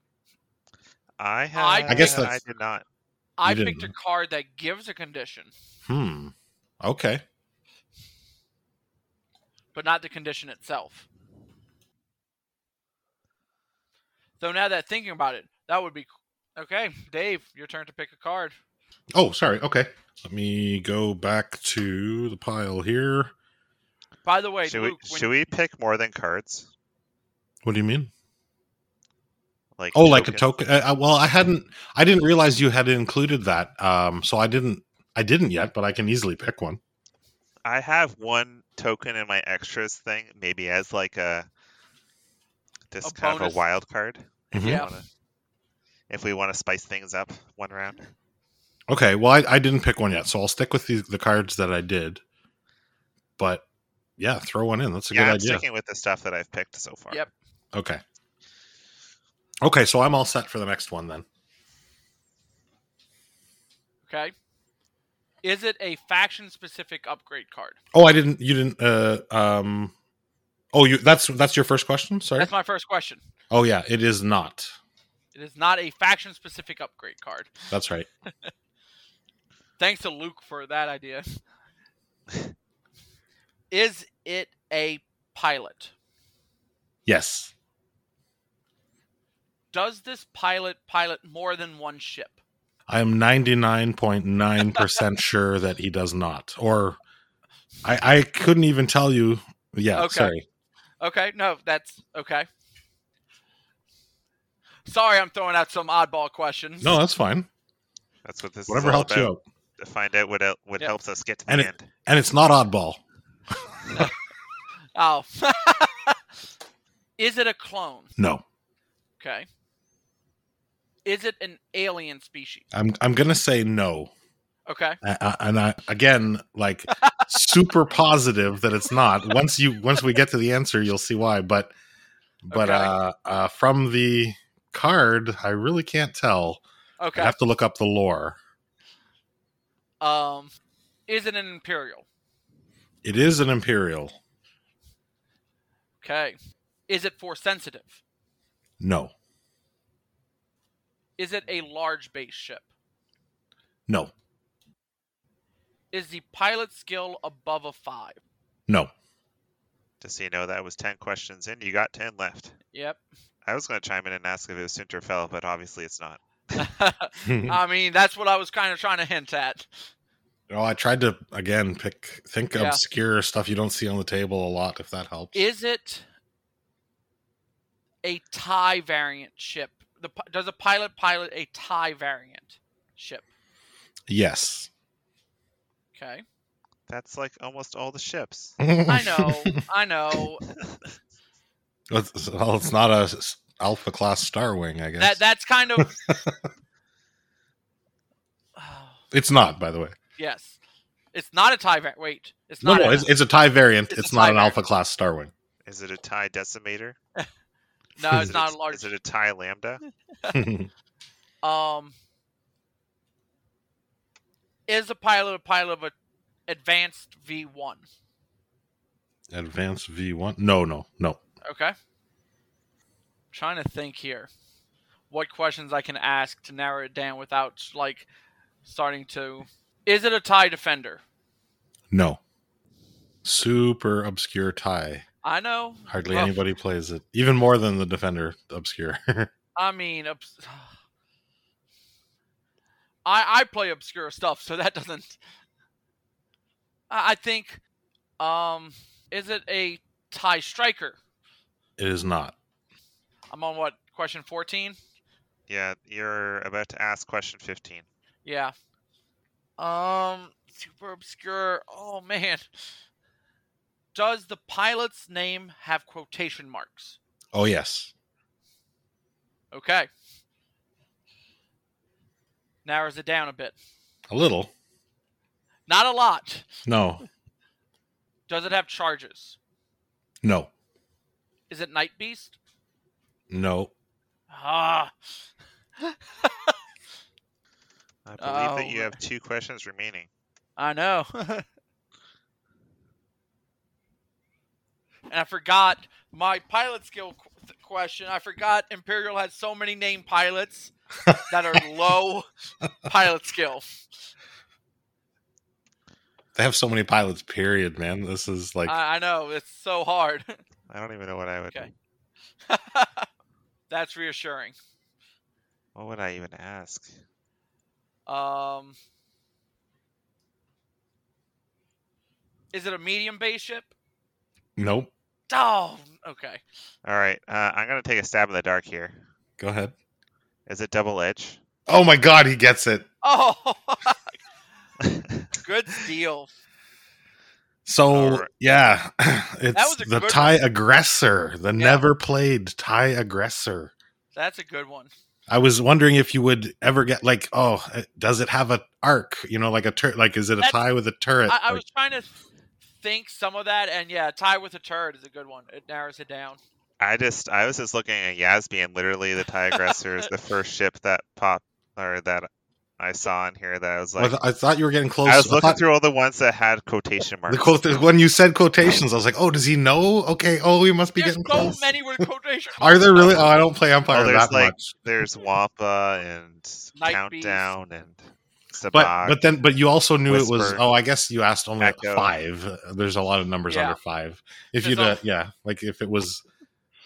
Speaker 7: I have.
Speaker 8: I
Speaker 6: I guess
Speaker 7: I
Speaker 6: that's-
Speaker 7: did not.
Speaker 8: I
Speaker 6: You
Speaker 8: picked a
Speaker 6: didn't.
Speaker 8: card that gives a condition,
Speaker 6: Hmm. Okay.
Speaker 8: but not the condition itself. So now that thinking about it, that would be c- okay. Dave, your turn to pick a card.
Speaker 6: Oh, sorry. Okay. Let me go back to the pile here.
Speaker 8: By the way,
Speaker 7: should
Speaker 8: Luke,
Speaker 7: we
Speaker 8: when
Speaker 7: should we pick more than cards?
Speaker 6: What do you mean?
Speaker 7: Like
Speaker 6: Oh, like a
Speaker 7: tokens?
Speaker 6: token. Uh, uh, well, I hadn't. I didn't realize you had included that. Um, so I didn't. I didn't yet, but I can easily pick one.
Speaker 7: I have one token in my extras thing, maybe as like a this
Speaker 8: A
Speaker 7: kind of
Speaker 8: bonus.
Speaker 7: a wild card. If we
Speaker 6: Mm-hmm.
Speaker 8: Yeah.
Speaker 7: wanna, if we want to spice things up one round.
Speaker 6: Okay. Well, I, I didn't pick one yet, so I'll stick with the, the cards that I did. But yeah, throw one in. That's a
Speaker 7: yeah,
Speaker 6: good
Speaker 7: I'm
Speaker 6: idea.
Speaker 7: sticking with the stuff that I've picked so far.
Speaker 8: Yep.
Speaker 6: Okay. Okay, so I'm all set for the next one then.
Speaker 8: Okay. Is it a faction specific upgrade card?
Speaker 6: Oh, I didn't. You didn't. Uh, um. Oh, you. That's that's your first question. Sorry.
Speaker 8: That's my first question.
Speaker 6: Oh yeah, it is not.
Speaker 8: It is not a faction specific upgrade card.
Speaker 6: That's right.
Speaker 8: Thanks to Luke for that idea. is it a pilot?
Speaker 6: Yes.
Speaker 8: Does this pilot pilot more than one ship?
Speaker 6: I am 99.9% sure that he does not. Or I, I couldn't even tell you. Yeah,
Speaker 8: Okay.
Speaker 6: sorry.
Speaker 8: Okay, no, that's okay. Sorry, I'm throwing out some oddball questions.
Speaker 6: No, that's fine.
Speaker 7: That's what this
Speaker 6: Whatever
Speaker 7: is all
Speaker 6: helps
Speaker 7: about.
Speaker 6: you out.
Speaker 7: To find out what el- what
Speaker 8: Yep.
Speaker 7: helps us get to the
Speaker 6: And it-
Speaker 7: end.
Speaker 6: And it's not oddball.
Speaker 8: Oh. is it a clone?
Speaker 6: No.
Speaker 8: Okay. Is it an alien species?
Speaker 6: I'm I'm going to say no.
Speaker 8: Okay.
Speaker 6: I, I, and I again like super positive that it's not. Once you once we get to the answer, you'll see why, but but
Speaker 8: Okay.
Speaker 6: uh, uh from the card, I really can't tell.
Speaker 8: Okay.
Speaker 6: I have to look up the lore.
Speaker 8: Um, is it an imperial?
Speaker 6: It is an imperial.
Speaker 8: Okay. Is it force sensitive?
Speaker 6: No.
Speaker 8: Is it a large base ship?
Speaker 6: No.
Speaker 8: Is the pilot skill above a five?
Speaker 6: No.
Speaker 7: Just so you know, that was ten questions in. You got ten left.
Speaker 8: Yep.
Speaker 7: I was going to chime in and ask if it was Sinterfell, but obviously it's not.
Speaker 8: I mean, that's what I was kind of trying to hint at.
Speaker 6: Oh, I tried to again pick think
Speaker 8: Yeah.
Speaker 6: obscure stuff you don't see on the table a lot, if that helps.
Speaker 8: Is it a tie variant ship? The, pi- does a pilot pilot a tie variant ship?
Speaker 6: yes.
Speaker 8: Okay.
Speaker 7: That's like almost all the ships.
Speaker 8: I know. I know.
Speaker 6: It's- well, it's not a s- alpha class star wing, I guess.
Speaker 8: That that's kind of
Speaker 6: it's not, by the way.
Speaker 8: yes. It's not a tie variant. Wait, it's
Speaker 6: No,
Speaker 8: not.
Speaker 6: no,
Speaker 8: a-
Speaker 6: it's, it's a tie variant.
Speaker 8: It's a
Speaker 6: It's, not
Speaker 8: tie
Speaker 6: an
Speaker 8: variant.
Speaker 6: alpha class star wing.
Speaker 7: Is it a tie decimator?
Speaker 8: no,
Speaker 7: Is
Speaker 8: it's
Speaker 7: it
Speaker 8: Uh, not a large.
Speaker 7: Is it a tie lambda?
Speaker 8: Um, is a pilot a pilot of a advanced V one?
Speaker 6: Advanced V one. No, no, no.
Speaker 8: Okay. Trying to think here, what questions I can ask to narrow it down without like starting to. Is it a tie defender?
Speaker 6: No. Super obscure tie.
Speaker 8: I know.
Speaker 6: Hardly
Speaker 8: Well,
Speaker 6: anybody plays it. Even more than the defender obscure.
Speaker 8: I mean, obs- I I play obscure stuff, so that doesn't. I, I think, um, is it a tie striker?
Speaker 6: it is not.
Speaker 8: I'm on what question 14?
Speaker 7: Yeah, you're about to ask question 15.
Speaker 8: Yeah. Um, super obscure. Oh man. Does the pilot's name have quotation marks?
Speaker 6: Oh yes.
Speaker 8: Okay. Narrows it down a bit.
Speaker 6: A little.
Speaker 8: Not a lot.
Speaker 6: No.
Speaker 8: Does it have charges?
Speaker 6: No.
Speaker 8: Is it Night Beast?
Speaker 6: No.
Speaker 8: Ah,
Speaker 7: I believe that
Speaker 8: Oh,
Speaker 7: you
Speaker 8: right.
Speaker 7: have two questions remaining.
Speaker 8: I know. and I forgot my pilot skill qu- th- question. I forgot Imperial has so many named pilots that are low pilot skill.
Speaker 6: They have so many pilots, period, man. This is
Speaker 8: Uh,
Speaker 6: like
Speaker 8: I, I know it's so hard.
Speaker 7: I don't even know what I would.
Speaker 8: Okay. That's reassuring.
Speaker 7: What would I even ask?
Speaker 8: Um, is it a medium base ship?
Speaker 6: Nope.
Speaker 8: Oh, okay.
Speaker 7: All right, uh, I'm gonna take a stab in the dark here.
Speaker 6: Go ahead.
Speaker 7: Is it double edge?
Speaker 6: Oh my god, he gets it.
Speaker 8: Oh, good deal.
Speaker 6: So
Speaker 7: Alright.
Speaker 6: yeah,
Speaker 8: was
Speaker 6: it's
Speaker 8: a
Speaker 6: the
Speaker 8: good
Speaker 6: Thai
Speaker 8: one.
Speaker 6: aggressor, the never played Thai aggressor.
Speaker 8: That's a good one.
Speaker 6: I was wondering if you would ever get like, oh, uh, does it have a arc? You know, like a turret. Like, is it a
Speaker 8: That's-
Speaker 6: tie with a turret?
Speaker 8: I, I
Speaker 6: Like,
Speaker 8: was trying to think some of that, and yeah, tie with a turret is a good one. It narrows it down.
Speaker 7: I just I was just looking at Yasby and literally the Tie Aggressor is the first ship that popped or that I saw in here that I was
Speaker 6: I,
Speaker 7: like
Speaker 6: th- I thought you were getting close.
Speaker 7: I was looking
Speaker 6: thought
Speaker 7: through all the ones that had quotation marks.
Speaker 6: the quote when you said quotations. I was like, oh, does he know? Okay, oh, we must be
Speaker 8: There's so
Speaker 6: getting close.
Speaker 8: many with quotation.
Speaker 6: Are there
Speaker 8: marks.
Speaker 6: really? Oh, I don't play Empire
Speaker 7: Oh, there's
Speaker 6: that
Speaker 7: like-
Speaker 6: much.
Speaker 7: There's Wampa and
Speaker 8: Night Beast.
Speaker 7: Countdown and Sabak.
Speaker 6: But but then but you also knew it was.
Speaker 7: Whisper,
Speaker 6: Oh, I guess you asked only
Speaker 7: Echo.
Speaker 6: five. Uh, There's a lot of numbers
Speaker 8: Yeah.
Speaker 6: under five. If
Speaker 8: There's
Speaker 6: you'd uh,
Speaker 8: also-
Speaker 6: yeah, like if it was,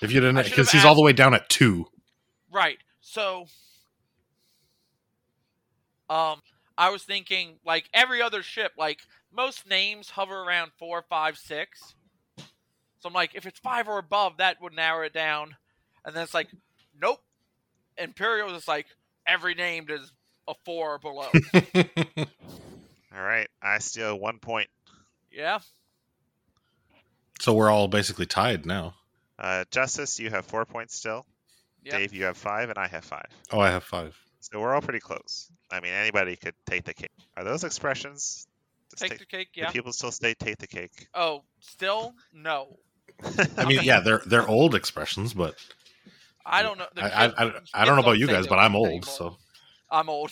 Speaker 6: if you didn't
Speaker 8: I should
Speaker 6: because
Speaker 8: have
Speaker 6: he's all the
Speaker 8: asked-
Speaker 6: way down at two.
Speaker 8: Right. So, um, I was thinking like every other ship, like most names hover around four, five, six. So I'm like, if it's five or above, that would narrow it down. And then it's like, nope. Imperial is like every name is a four or below.
Speaker 7: All right, I steal one point.
Speaker 8: yeah.
Speaker 6: so we're all basically tied now.
Speaker 7: Uh, Justice, you have four points still.
Speaker 8: Yep.
Speaker 7: Dave, you have five, and I have five.
Speaker 6: Oh, I have five.
Speaker 7: So we're all pretty close. I mean, anybody could take the cake. Are those expressions? Just
Speaker 8: Take the cake.
Speaker 7: do
Speaker 8: Yeah.
Speaker 7: people still say take the cake.
Speaker 8: Oh, still no.
Speaker 6: I mean, yeah, they're they're old expressions, but
Speaker 8: I don't know. The
Speaker 6: I I,
Speaker 8: kids-
Speaker 6: I, I
Speaker 8: kids
Speaker 6: don't know about you
Speaker 8: say
Speaker 6: guys, but
Speaker 8: those
Speaker 6: I'm old,
Speaker 8: anymore.
Speaker 6: so
Speaker 8: I'm old.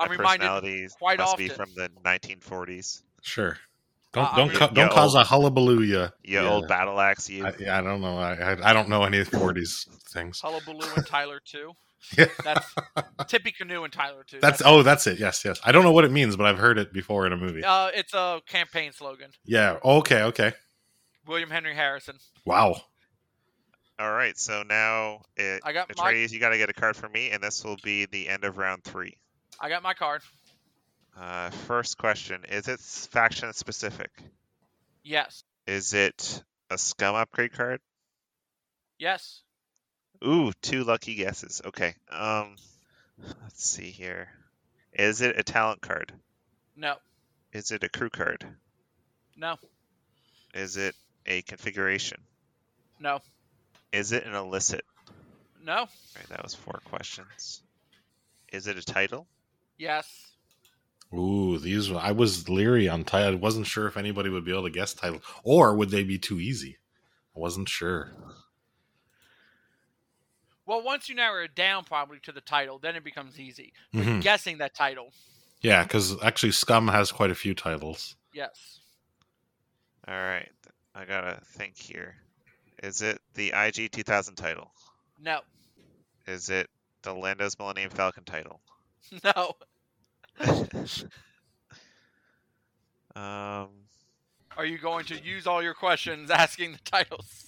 Speaker 8: I'm
Speaker 7: My
Speaker 8: reminded
Speaker 7: personality
Speaker 8: quite
Speaker 7: must be
Speaker 8: often.
Speaker 7: from the 1940s.
Speaker 6: sure. Don't
Speaker 8: Uh, I
Speaker 6: don't
Speaker 8: mean-
Speaker 6: ca- don't
Speaker 7: Yeah,
Speaker 6: cause
Speaker 7: old-
Speaker 6: a hullabaloo, you.
Speaker 7: You
Speaker 6: you-
Speaker 7: old battle axe, you.
Speaker 6: I, yeah, I don't know. I, I I don't know any forties things.
Speaker 8: Hullabaloo and Tyler too.
Speaker 6: Yeah.
Speaker 8: That's Tippy Canoe and Tyler too.
Speaker 6: That's oh, that's it. Yes, yes. I don't know what it means, but I've heard it before in a movie.
Speaker 8: uh, it's a campaign slogan.
Speaker 6: Yeah. Okay. Okay.
Speaker 8: William Henry Harrison.
Speaker 6: Wow.
Speaker 7: All right, so now it.
Speaker 8: I got my
Speaker 7: Atreides, you got to get a card for me, and this will be the end of round three.
Speaker 8: I got my card.
Speaker 7: Uh, first question: Is it s- faction specific?
Speaker 8: Yes.
Speaker 7: Is it a scum upgrade card?
Speaker 8: Yes.
Speaker 7: Ooh, two lucky guesses. Okay. Um, let's see here. Is it a talent card?
Speaker 8: No.
Speaker 7: Is it a crew card?
Speaker 8: No.
Speaker 7: Is it a configuration?
Speaker 8: No.
Speaker 7: Is it an illicit?
Speaker 8: No.
Speaker 7: All right, that was four questions. Is it a title?
Speaker 8: Yes.
Speaker 6: Ooh, these. I was leery on title. I wasn't sure if anybody would be able to guess title, or would they be too easy? I wasn't sure.
Speaker 8: Well, once you narrow it down probably to the title, then it becomes easy.
Speaker 6: Mhm.
Speaker 8: Guessing that title.
Speaker 6: Yeah, because actually, Scum has quite a few titles.
Speaker 8: Yes.
Speaker 7: All right, I gotta think here. Is it the IG 2000 title?
Speaker 8: No.
Speaker 7: Is it the Lando's Millennium Falcon title?
Speaker 8: No.
Speaker 7: Um,
Speaker 8: Are you going to use all your questions asking the titles?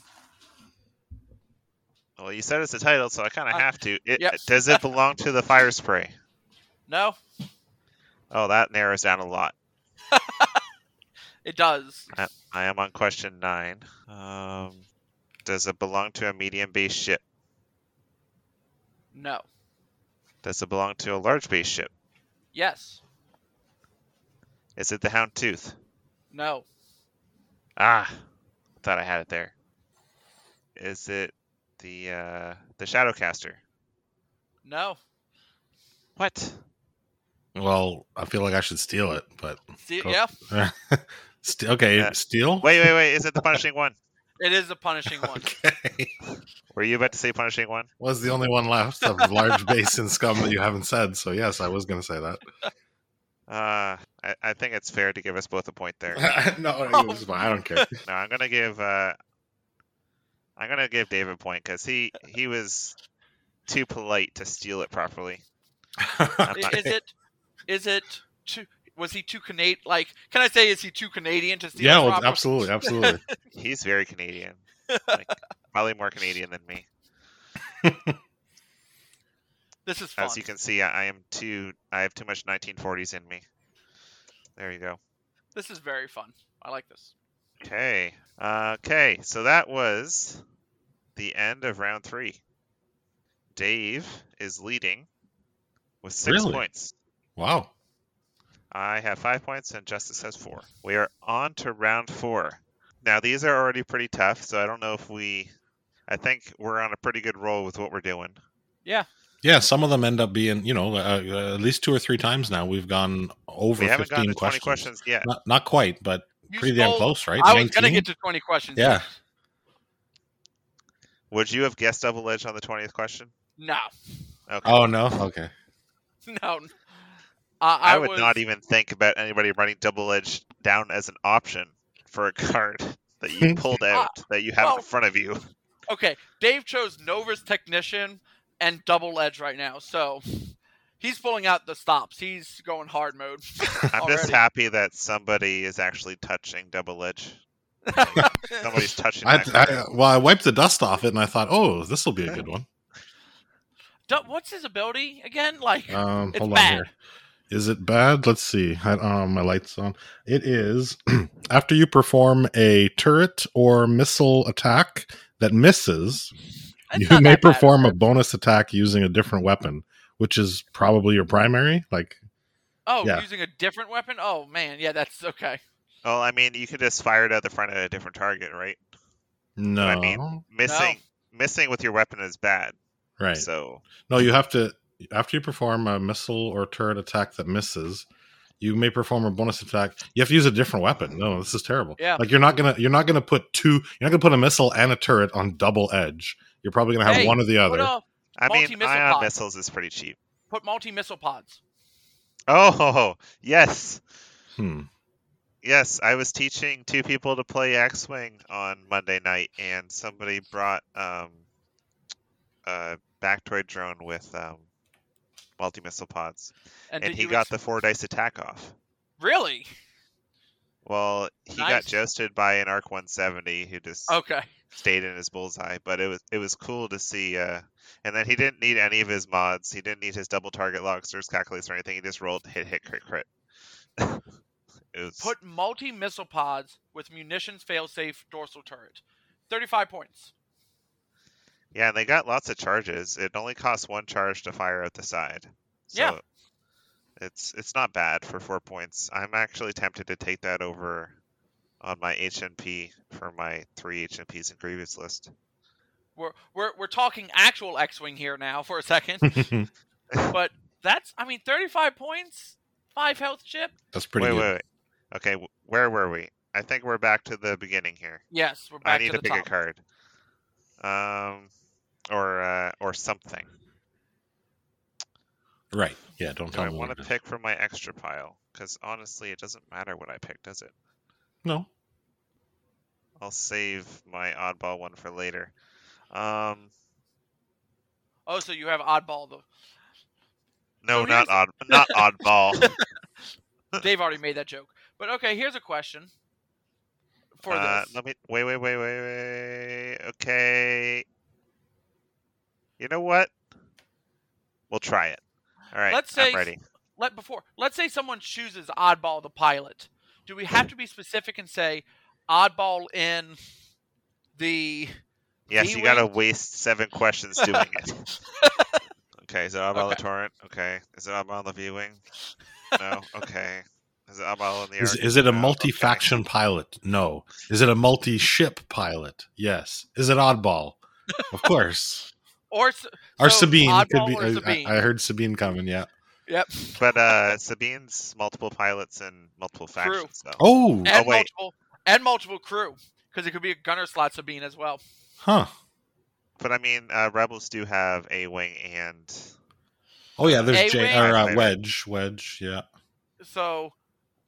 Speaker 7: well, you said it's a title, so I kind of
Speaker 8: I-
Speaker 7: have to. It,
Speaker 8: yep.
Speaker 7: Does it belong to the fire spray?
Speaker 8: No.
Speaker 7: Oh, that narrows down a lot.
Speaker 8: It does.
Speaker 7: I am on question nine. Um, does it belong to a medium base ship?
Speaker 8: No.
Speaker 7: Does it belong to a large base ship?
Speaker 8: Yes.
Speaker 7: Is it the Hound Tooth?
Speaker 8: No.
Speaker 7: Ah, thought I had it there. Is it the uh, the Shadowcaster?
Speaker 8: No.
Speaker 7: What?
Speaker 6: Well, I feel like I should steal it, but
Speaker 8: See,
Speaker 6: Cool.
Speaker 8: yeah,
Speaker 6: Ste- okay,
Speaker 7: Yeah.
Speaker 6: steal.
Speaker 7: Wait, wait, wait! Is it the Punishing One?
Speaker 8: it is a punishing one.
Speaker 6: Okay.
Speaker 7: Were you about to say Punishing One?
Speaker 6: was the only one left of large base and Scum that you haven't said. So yes, I was going to say that.
Speaker 7: Uh, I, I think it's fair to give us both a point there.
Speaker 6: no, it was fine. I don't care.
Speaker 7: No, I'm gonna give uh, I'm gonna give Dave a point because he he was too polite to steal it properly.
Speaker 8: I- Is it? Is it too? Was he too Canadian? Like, can I say is he too Canadian to steal?
Speaker 6: yeah,
Speaker 8: from?
Speaker 6: well, absolutely, absolutely.
Speaker 7: He's very Canadian, like, probably more Canadian than me.
Speaker 8: This is fun.
Speaker 7: As you can see, I I am too. I have too much 1940s in me. There you go.
Speaker 8: This is very fun. I like this.
Speaker 7: Okay. Uh, okay. So that was the end of round three. Dave is leading with six
Speaker 6: Really?
Speaker 7: points.
Speaker 6: Wow.
Speaker 7: I have five points, and Justice has four. We are on to round four. Now these are already pretty tough, so I don't know if we. I think we're on a pretty good roll with what we're doing.
Speaker 6: Yeah, some of them end up being, you know, uh, uh, at least two or three times now we've gone over
Speaker 7: we haven't gotten
Speaker 6: 15
Speaker 7: to 20
Speaker 6: questions.
Speaker 7: questions yet.
Speaker 6: Not, not quite, but
Speaker 8: You
Speaker 6: pretty damn
Speaker 8: stole-
Speaker 6: close, right?
Speaker 8: I was gonna
Speaker 6: 19?
Speaker 8: get to twenty questions.
Speaker 6: Yeah.
Speaker 7: Would you have guessed double edge on the 20th question?
Speaker 8: No.
Speaker 7: Okay.
Speaker 6: Oh, no. Okay.
Speaker 8: No. Uh,
Speaker 7: I, would
Speaker 8: was,
Speaker 7: not even think about anybody running double edge down as an option for a card that
Speaker 6: Hmm.
Speaker 7: you pulled out that you have
Speaker 8: Uh, well-
Speaker 7: in front of you.
Speaker 8: Okay, Dave chose Nova's technician and double edge right now, so he's pulling out the stops. He's going hard mode.
Speaker 7: I'm just
Speaker 8: Already.
Speaker 7: happy that somebody is actually touching double edge. Somebody's touching
Speaker 6: I,
Speaker 7: that card.
Speaker 6: I, well, I wiped the dust off it and I thought, oh, this will be a good one.
Speaker 8: Du- What's his ability again? Like
Speaker 7: Uh,
Speaker 6: Um,
Speaker 8: It's
Speaker 6: hold
Speaker 8: bad.
Speaker 6: on here. Is it bad? Let's see. I, uh, my lights on. It is after you perform a turret or missile attack that misses,
Speaker 8: it's
Speaker 6: you
Speaker 8: not
Speaker 6: may
Speaker 8: that bad.
Speaker 6: perform a bonus attack using a different weapon, which is probably your primary. Like,
Speaker 8: Oh,
Speaker 6: yeah.
Speaker 8: using a different weapon. Oh man, yeah, that's okay.
Speaker 7: Well, I mean, you could just fire it at the front at a different target, right?
Speaker 6: no,
Speaker 7: I mean- Missing missing with your weapon is bad.
Speaker 6: right?
Speaker 7: So
Speaker 6: No, you have to after you perform a missile or turret attack that misses, you may perform a bonus attack. You have to use a different weapon. No, this is terrible.
Speaker 8: Yeah.
Speaker 6: Like you're not gonna you're not gonna put two you're not gonna put a missile and a turret on double edge. You're probably gonna have
Speaker 8: Hey,
Speaker 6: one or the
Speaker 8: Put,
Speaker 6: other.
Speaker 8: uh,
Speaker 7: I mean,
Speaker 8: Multi-missile
Speaker 7: ion
Speaker 8: pod.
Speaker 7: missiles is pretty cheap.
Speaker 8: put multi missile pods.
Speaker 7: Oh yes.
Speaker 6: Hmm.
Speaker 7: Yes, I was teaching two people to play X Wing on Monday night, and somebody brought um, a Bactroid drone with um, multi missile pods,
Speaker 8: And,
Speaker 7: and,
Speaker 8: did
Speaker 7: he
Speaker 8: you
Speaker 7: got
Speaker 8: ex-
Speaker 7: the four dice attack off.
Speaker 8: really
Speaker 7: Well, he
Speaker 8: Nice.
Speaker 7: got jousted by an Arc 170 who just
Speaker 8: okay.
Speaker 7: stayed in his bullseye, but it was it was cool to see. Uh, and then he didn't need any of his mods. He didn't need his double target locks or his calculus or anything. He just rolled hit hit crit crit. it was
Speaker 8: Put multi missile pods with munitions failsafe dorsal turret. Thirty-five points.
Speaker 7: Yeah, and they got lots of charges. It only costs one charge to fire out the side. So
Speaker 8: Yeah.
Speaker 7: It's it's not bad for four points. I'm actually tempted to take that over on my HNP for my three HNPs in Grievous list.
Speaker 8: We're we're we're talking actual X-wing here now for a second. but that's I mean 35 points, 5 health chip.
Speaker 6: That's pretty
Speaker 7: wait,
Speaker 6: good.
Speaker 7: wait, wait. Okay, wh- where were we? I think we're back to the beginning here.
Speaker 8: Yes, we're back
Speaker 7: I need
Speaker 8: to
Speaker 7: to
Speaker 8: the
Speaker 7: pick a
Speaker 8: top.
Speaker 7: card. Um or uh, or something.
Speaker 6: Right. Yeah, don't
Speaker 7: Do I
Speaker 6: tell me.
Speaker 7: want
Speaker 6: what
Speaker 7: to
Speaker 6: it is.
Speaker 7: pick from my extra pile? Because honestly, it doesn't matter what I pick, does it?
Speaker 6: No.
Speaker 7: I'll save my oddball one for later. Um,
Speaker 8: Oh, so you have oddball though.
Speaker 7: no,
Speaker 8: So
Speaker 7: not odd, not oddball.
Speaker 8: Dave already made that joke. But okay, here's a question for
Speaker 7: uh,
Speaker 8: this.
Speaker 7: let me wait, wait, wait, wait, wait. Okay. You know what? We'll try it. All right,
Speaker 8: Let's say-
Speaker 7: I'm ready.
Speaker 8: Let before. Let's say someone chooses oddball the pilot. Do we have to be specific and say oddball in the
Speaker 7: Yes, you
Speaker 8: V-wing-
Speaker 7: gotta waste seven questions doing it. okay, is it oddball the
Speaker 8: Okay.
Speaker 7: torrent? Okay, is it oddball the viewing? No. Okay. Is it oddball in the?
Speaker 6: Is,
Speaker 7: Arc?
Speaker 6: is it a
Speaker 7: No, okay.
Speaker 6: multi faction pilot? No. Is it a multi ship pilot? Yes. Is it oddball? Of course.
Speaker 8: or s-
Speaker 7: Oh,
Speaker 6: or
Speaker 8: so
Speaker 6: Sabine could
Speaker 8: oddball
Speaker 6: be.
Speaker 8: or
Speaker 6: I-
Speaker 8: Sabine.
Speaker 6: I, I heard Sabine coming. Yeah.
Speaker 8: yep.
Speaker 7: But uh, Sabine's multiple pilots and multiple factions, though.
Speaker 6: Oh.
Speaker 8: And
Speaker 7: wait.
Speaker 8: multiple and multiple crew because it could be a gunner slot Sabine as well.
Speaker 6: Huh.
Speaker 7: But I mean, uh, rebels do have a wing and
Speaker 6: Oh yeah, there's
Speaker 8: A-Wing.
Speaker 6: J- or, uh,
Speaker 7: Firefighter.
Speaker 6: Wedge. Wedge. Yeah.
Speaker 8: So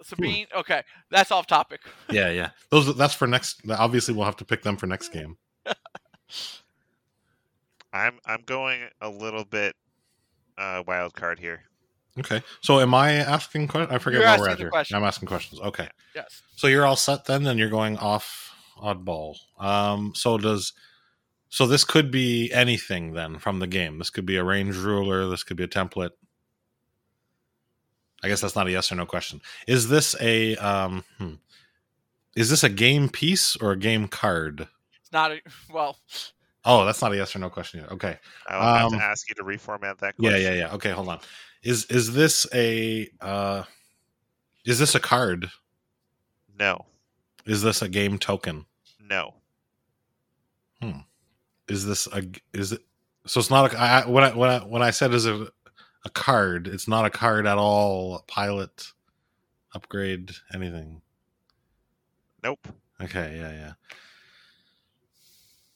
Speaker 8: Sabine,
Speaker 7: Hmm.
Speaker 8: okay, that's off topic.
Speaker 6: Yeah, yeah. Those that's for next. Obviously, we'll have to pick them for next game.
Speaker 7: I'm I'm going a little bit uh, wild card here.
Speaker 6: Okay. So, am I asking? Que- I forget
Speaker 8: You're
Speaker 6: what we're
Speaker 8: asking
Speaker 6: at
Speaker 8: the
Speaker 6: here.
Speaker 8: question.
Speaker 6: I'm asking questions. Okay.
Speaker 8: Yes.
Speaker 6: So you're all set then, and you're going off oddball. Um. So does So this could be anything then from the game. This could be a range ruler. This could be a template. I guess that's not a yes or no question. Is this a um, hmm. is this a game piece or a game card?
Speaker 8: It's not a well.
Speaker 6: Oh, that's not a yes or no question yet. Okay.
Speaker 7: I will have
Speaker 6: Um,
Speaker 7: to ask you to reformat that
Speaker 6: Yeah,
Speaker 7: question.
Speaker 6: yeah, yeah. Okay, hold on. Is is this a uh, is this a card?
Speaker 7: No,
Speaker 6: Is this a game token?
Speaker 7: no.
Speaker 6: Is this a g- is it? So it's not a I, I- when I when I when I said is it a card? It's not a card at all. Pilot, upgrade, anything.
Speaker 7: Nope.
Speaker 6: Okay, yeah, yeah.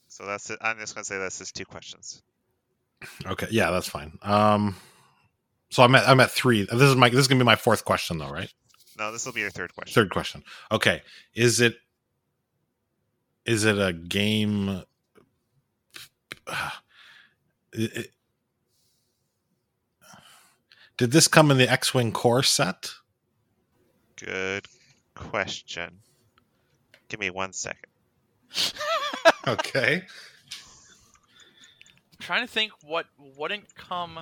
Speaker 7: So that's it. I'm just gonna say that's just two questions.
Speaker 6: Okay, yeah, that's fine. Um, so I'm at I'm at three. This is my this is gonna be my fourth question though, right?
Speaker 7: No, this will be your third question.
Speaker 6: Third question. Okay, is it is it a game? It- it- did this come in the X-wing core set?
Speaker 7: Good question. Give me one second.
Speaker 6: Okay,
Speaker 8: I'm trying to think what wouldn't come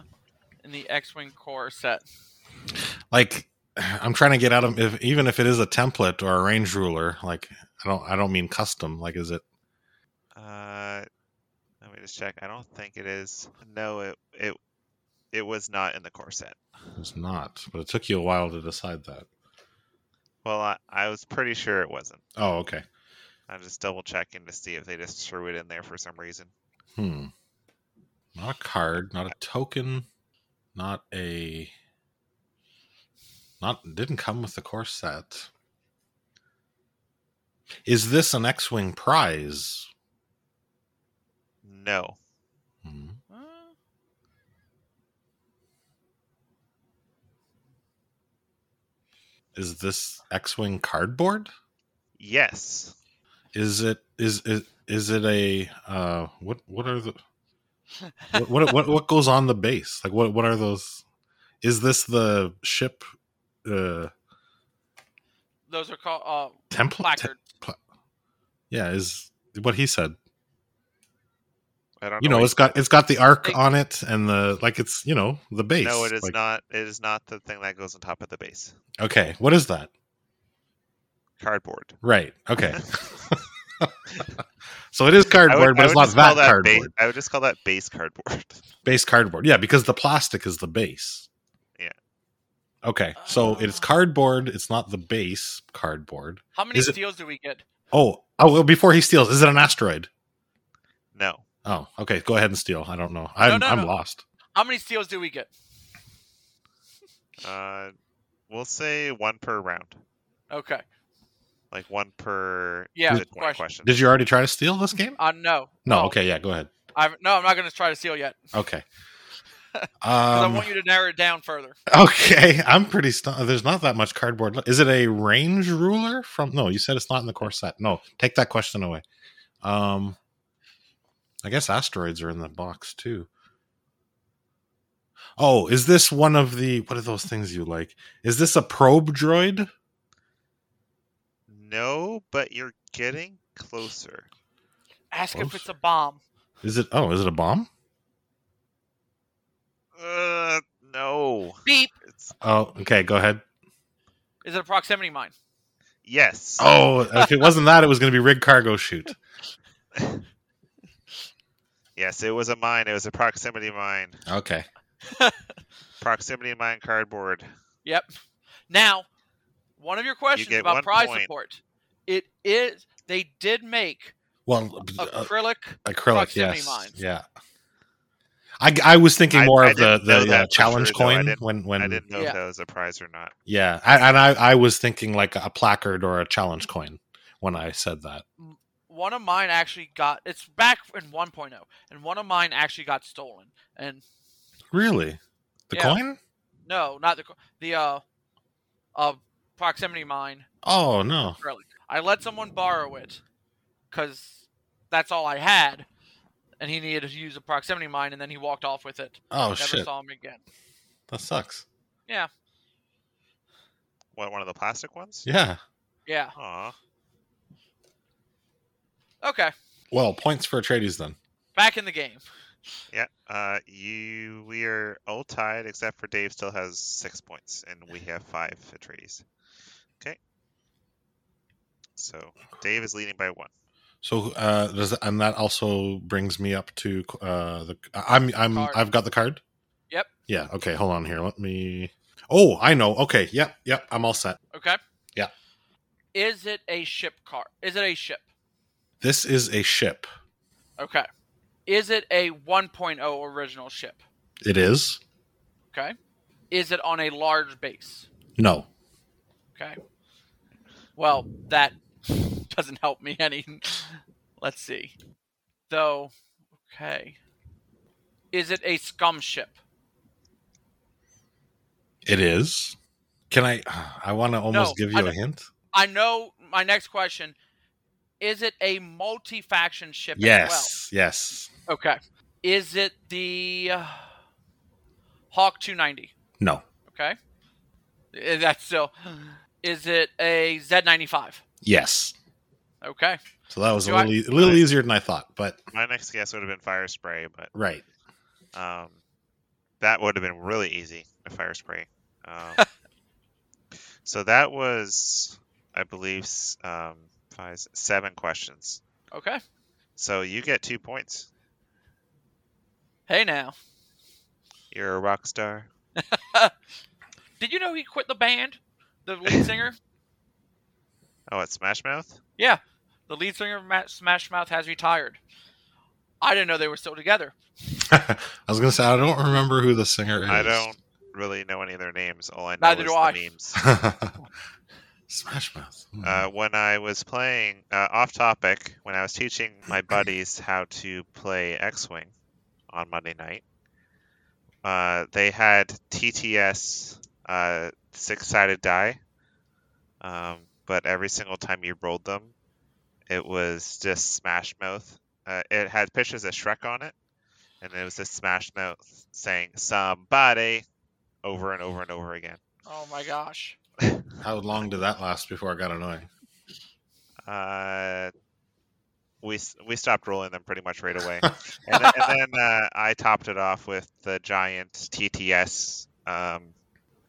Speaker 8: in the X-wing core set.
Speaker 6: like I'm trying to get out of if even if it is a template or a range ruler. Like I don't I don't mean custom. Like is it
Speaker 7: Uh, let me just check. I don't think it is. No, it it it was not in the core set.
Speaker 6: it's not? But it took you a while to decide that.
Speaker 7: Well, I, I was pretty sure it wasn't.
Speaker 6: Oh, okay.
Speaker 7: I'm just double checking to see if they just threw it in there for some reason.
Speaker 6: Hmm. Not a card, not a token, not a not didn't come with the core set. Is this an X-wing prize?
Speaker 7: No,
Speaker 6: Hmm.
Speaker 8: Uh,
Speaker 6: Is this X-wing cardboard?
Speaker 7: yes,
Speaker 6: Is it is it is it a uh what what are the what what what, what goes on the base? Like what what are those? Is this the ship uh
Speaker 8: Those are called uh,
Speaker 6: template?
Speaker 8: placards.
Speaker 6: yeah, is what he said.
Speaker 7: I don't.
Speaker 6: you know,
Speaker 7: what
Speaker 6: it's got it's got the arc
Speaker 8: Like-
Speaker 6: on it and the like it's you know the
Speaker 7: you-
Speaker 6: base.
Speaker 7: No, it is
Speaker 6: Like,
Speaker 7: not. It is not the thing that goes on top of the base.
Speaker 6: Okay, what is that?
Speaker 7: Cardboard.
Speaker 6: Right. Okay. so it is
Speaker 7: I
Speaker 6: cardboard,
Speaker 7: would,
Speaker 6: but
Speaker 7: I
Speaker 6: it's
Speaker 7: would
Speaker 6: not
Speaker 7: just call
Speaker 6: that,
Speaker 7: that ba-
Speaker 6: cardboard.
Speaker 7: I would just call that base cardboard.
Speaker 6: Base cardboard. Yeah, because the plastic is the base.
Speaker 7: Yeah.
Speaker 6: Okay, so it's
Speaker 8: Ah.
Speaker 6: cardboard. It's not the base cardboard.
Speaker 8: How many
Speaker 6: Is it-
Speaker 8: steals do we get?
Speaker 6: Oh, oh. Well, before he steals, is it an asteroid?
Speaker 7: No,
Speaker 6: Oh, okay. Go ahead and steal. I don't know. I'm
Speaker 8: no,
Speaker 6: I'm
Speaker 8: no.
Speaker 6: lost.
Speaker 8: How many steals do we get?
Speaker 7: uh, we'll say one per round,
Speaker 8: Okay.
Speaker 7: like one per
Speaker 8: Yeah,
Speaker 7: to 20
Speaker 8: question.
Speaker 7: questions.
Speaker 6: Did you already try to steal this game?
Speaker 8: Uh, no.
Speaker 6: No. Okay. Yeah. Go ahead.
Speaker 8: I've, no, I'm not going to try to steal yet
Speaker 6: Okay.
Speaker 8: 'cause
Speaker 6: Um,
Speaker 8: I want you to narrow it down further.
Speaker 6: Okay, I'm pretty stunned. There's not that much cardboard. left. Is it a range ruler from? No, you said it's not in the core set. No, take that question away. Um, I guess asteroids are in the box too. Oh, is this one of the what are those things you like? Is this a probe droid?
Speaker 7: No, but you're getting closer.
Speaker 8: Ask if
Speaker 6: Close.
Speaker 8: it's a bomb.
Speaker 6: Is it? Oh, is it a bomb?
Speaker 7: Uh, no.
Speaker 8: Beep.
Speaker 7: It's
Speaker 6: Oh, okay. Go ahead.
Speaker 8: Is it a proximity mine?
Speaker 7: yes.
Speaker 6: Oh, if it wasn't that, it was going to be rig cargo shoot.
Speaker 7: Yes, it was a mine. It was a proximity mine.
Speaker 6: Okay.
Speaker 7: Proximity mine cardboard.
Speaker 8: Yep. Now, one of your questions
Speaker 7: get
Speaker 8: about
Speaker 7: one
Speaker 8: prize
Speaker 7: point.
Speaker 8: support. It is they did make
Speaker 6: Well, uh,
Speaker 8: acrylic.
Speaker 6: acrylic
Speaker 8: proximity
Speaker 6: yes
Speaker 8: mines.
Speaker 6: yeah I, I was thinking
Speaker 7: I-
Speaker 6: more
Speaker 7: I
Speaker 6: of the
Speaker 7: didn't know
Speaker 6: the
Speaker 7: that
Speaker 6: uh,
Speaker 7: for
Speaker 6: challenge
Speaker 7: sure, though. I
Speaker 6: coin
Speaker 7: didn't-
Speaker 6: when when
Speaker 7: I didn't know
Speaker 8: Yeah.
Speaker 7: if that was a prize or not.
Speaker 6: yeah I, and I I was thinking like a placard or a challenge coin when I said that
Speaker 8: One of mine actually got it's back in 1.0 and one of mine actually got stolen. And
Speaker 6: really the
Speaker 8: Yeah.
Speaker 6: coin
Speaker 8: no, not the co- the uh uh proximity mine
Speaker 6: oh no
Speaker 8: acrylic. I let someone borrow it cuz that's all I had and he needed to use a proximity mine and then he walked off with it.
Speaker 6: oh
Speaker 8: Never
Speaker 6: shit
Speaker 8: saw him again.
Speaker 6: that sucks
Speaker 7: What, one of the plastic ones?
Speaker 6: yeah
Speaker 8: Yeah.
Speaker 7: Aw.
Speaker 8: Okay.
Speaker 6: well points for Atreides then
Speaker 8: Back in the game.
Speaker 7: Yeah, uh, you we are all tied except for Dave still has six points and we have five Atreides. Okay, so Dave is leading by one.
Speaker 6: So uh, does and that also brings me up to uh, the I'm I'm
Speaker 8: Card.
Speaker 6: I've got the card.
Speaker 8: Yep.
Speaker 6: Yeah. Okay. Hold on here. Let me. Oh, I know. Okay. Yep. Yep. I'm all set.
Speaker 8: Okay.
Speaker 6: Yeah.
Speaker 8: Is it a ship car? Is it a ship?
Speaker 6: This is a ship.
Speaker 8: Okay. Is it a 1.0 original ship?
Speaker 6: It is.
Speaker 8: Okay. Is it on a large base?
Speaker 6: No.
Speaker 8: Okay. Well, that doesn't help me any. Let's see. Though, okay. Is it a scum ship?
Speaker 6: It is. Can I? I want to almost
Speaker 8: No,
Speaker 6: give
Speaker 8: I
Speaker 6: you a
Speaker 8: don't-
Speaker 6: hint.
Speaker 8: I know my next question. Is it a multi faction ship as
Speaker 6: Yes. Yes.
Speaker 8: well? Okay. Is it the uh, Hawk 290?
Speaker 6: No.
Speaker 8: Okay. Eh, That's still. Is it a Z95?
Speaker 6: Yes.
Speaker 8: Okay.
Speaker 6: So that was
Speaker 8: Do
Speaker 6: a
Speaker 8: I-
Speaker 6: little, e- a little easier than I thought, but
Speaker 7: My next guess would have been fire spray, but
Speaker 6: right.
Speaker 7: Um, that would have been really easy to fire spray. Um, so that was, I believe, s- um, five, seven questions.
Speaker 8: Okay.
Speaker 7: So you get two points.
Speaker 8: Hey now.
Speaker 7: You're a rock star.
Speaker 8: Did you know he quit the band? The lead singer?
Speaker 7: Oh, it's Smash Mouth.
Speaker 8: yeah. The lead singer of Ma- Smash Mouth has retired. I didn't know they were still together.
Speaker 6: I was gonna say I don't remember who the singer is.
Speaker 7: I don't really know any of their names. All I know
Speaker 8: Neither
Speaker 7: is
Speaker 8: do
Speaker 7: the
Speaker 8: I.
Speaker 7: memes.
Speaker 6: Smash Mouth. Hmm.
Speaker 7: Uh, when I was playing uh, off topic, when I was teaching my buddies how to play X Wing on Monday night, uh, they had TTS uh, six sided die. Um, but every single time you rolled them, it was just Smash Mouth. Uh, it had pictures of Shrek on it, and it was just Smash Mouth saying somebody over and over and over again.
Speaker 8: Oh my gosh.
Speaker 6: How long did that last before I got annoying?
Speaker 7: Uh, we s- we stopped rolling them pretty much right away, and then, and then uh, I topped it off with the giant TTS um,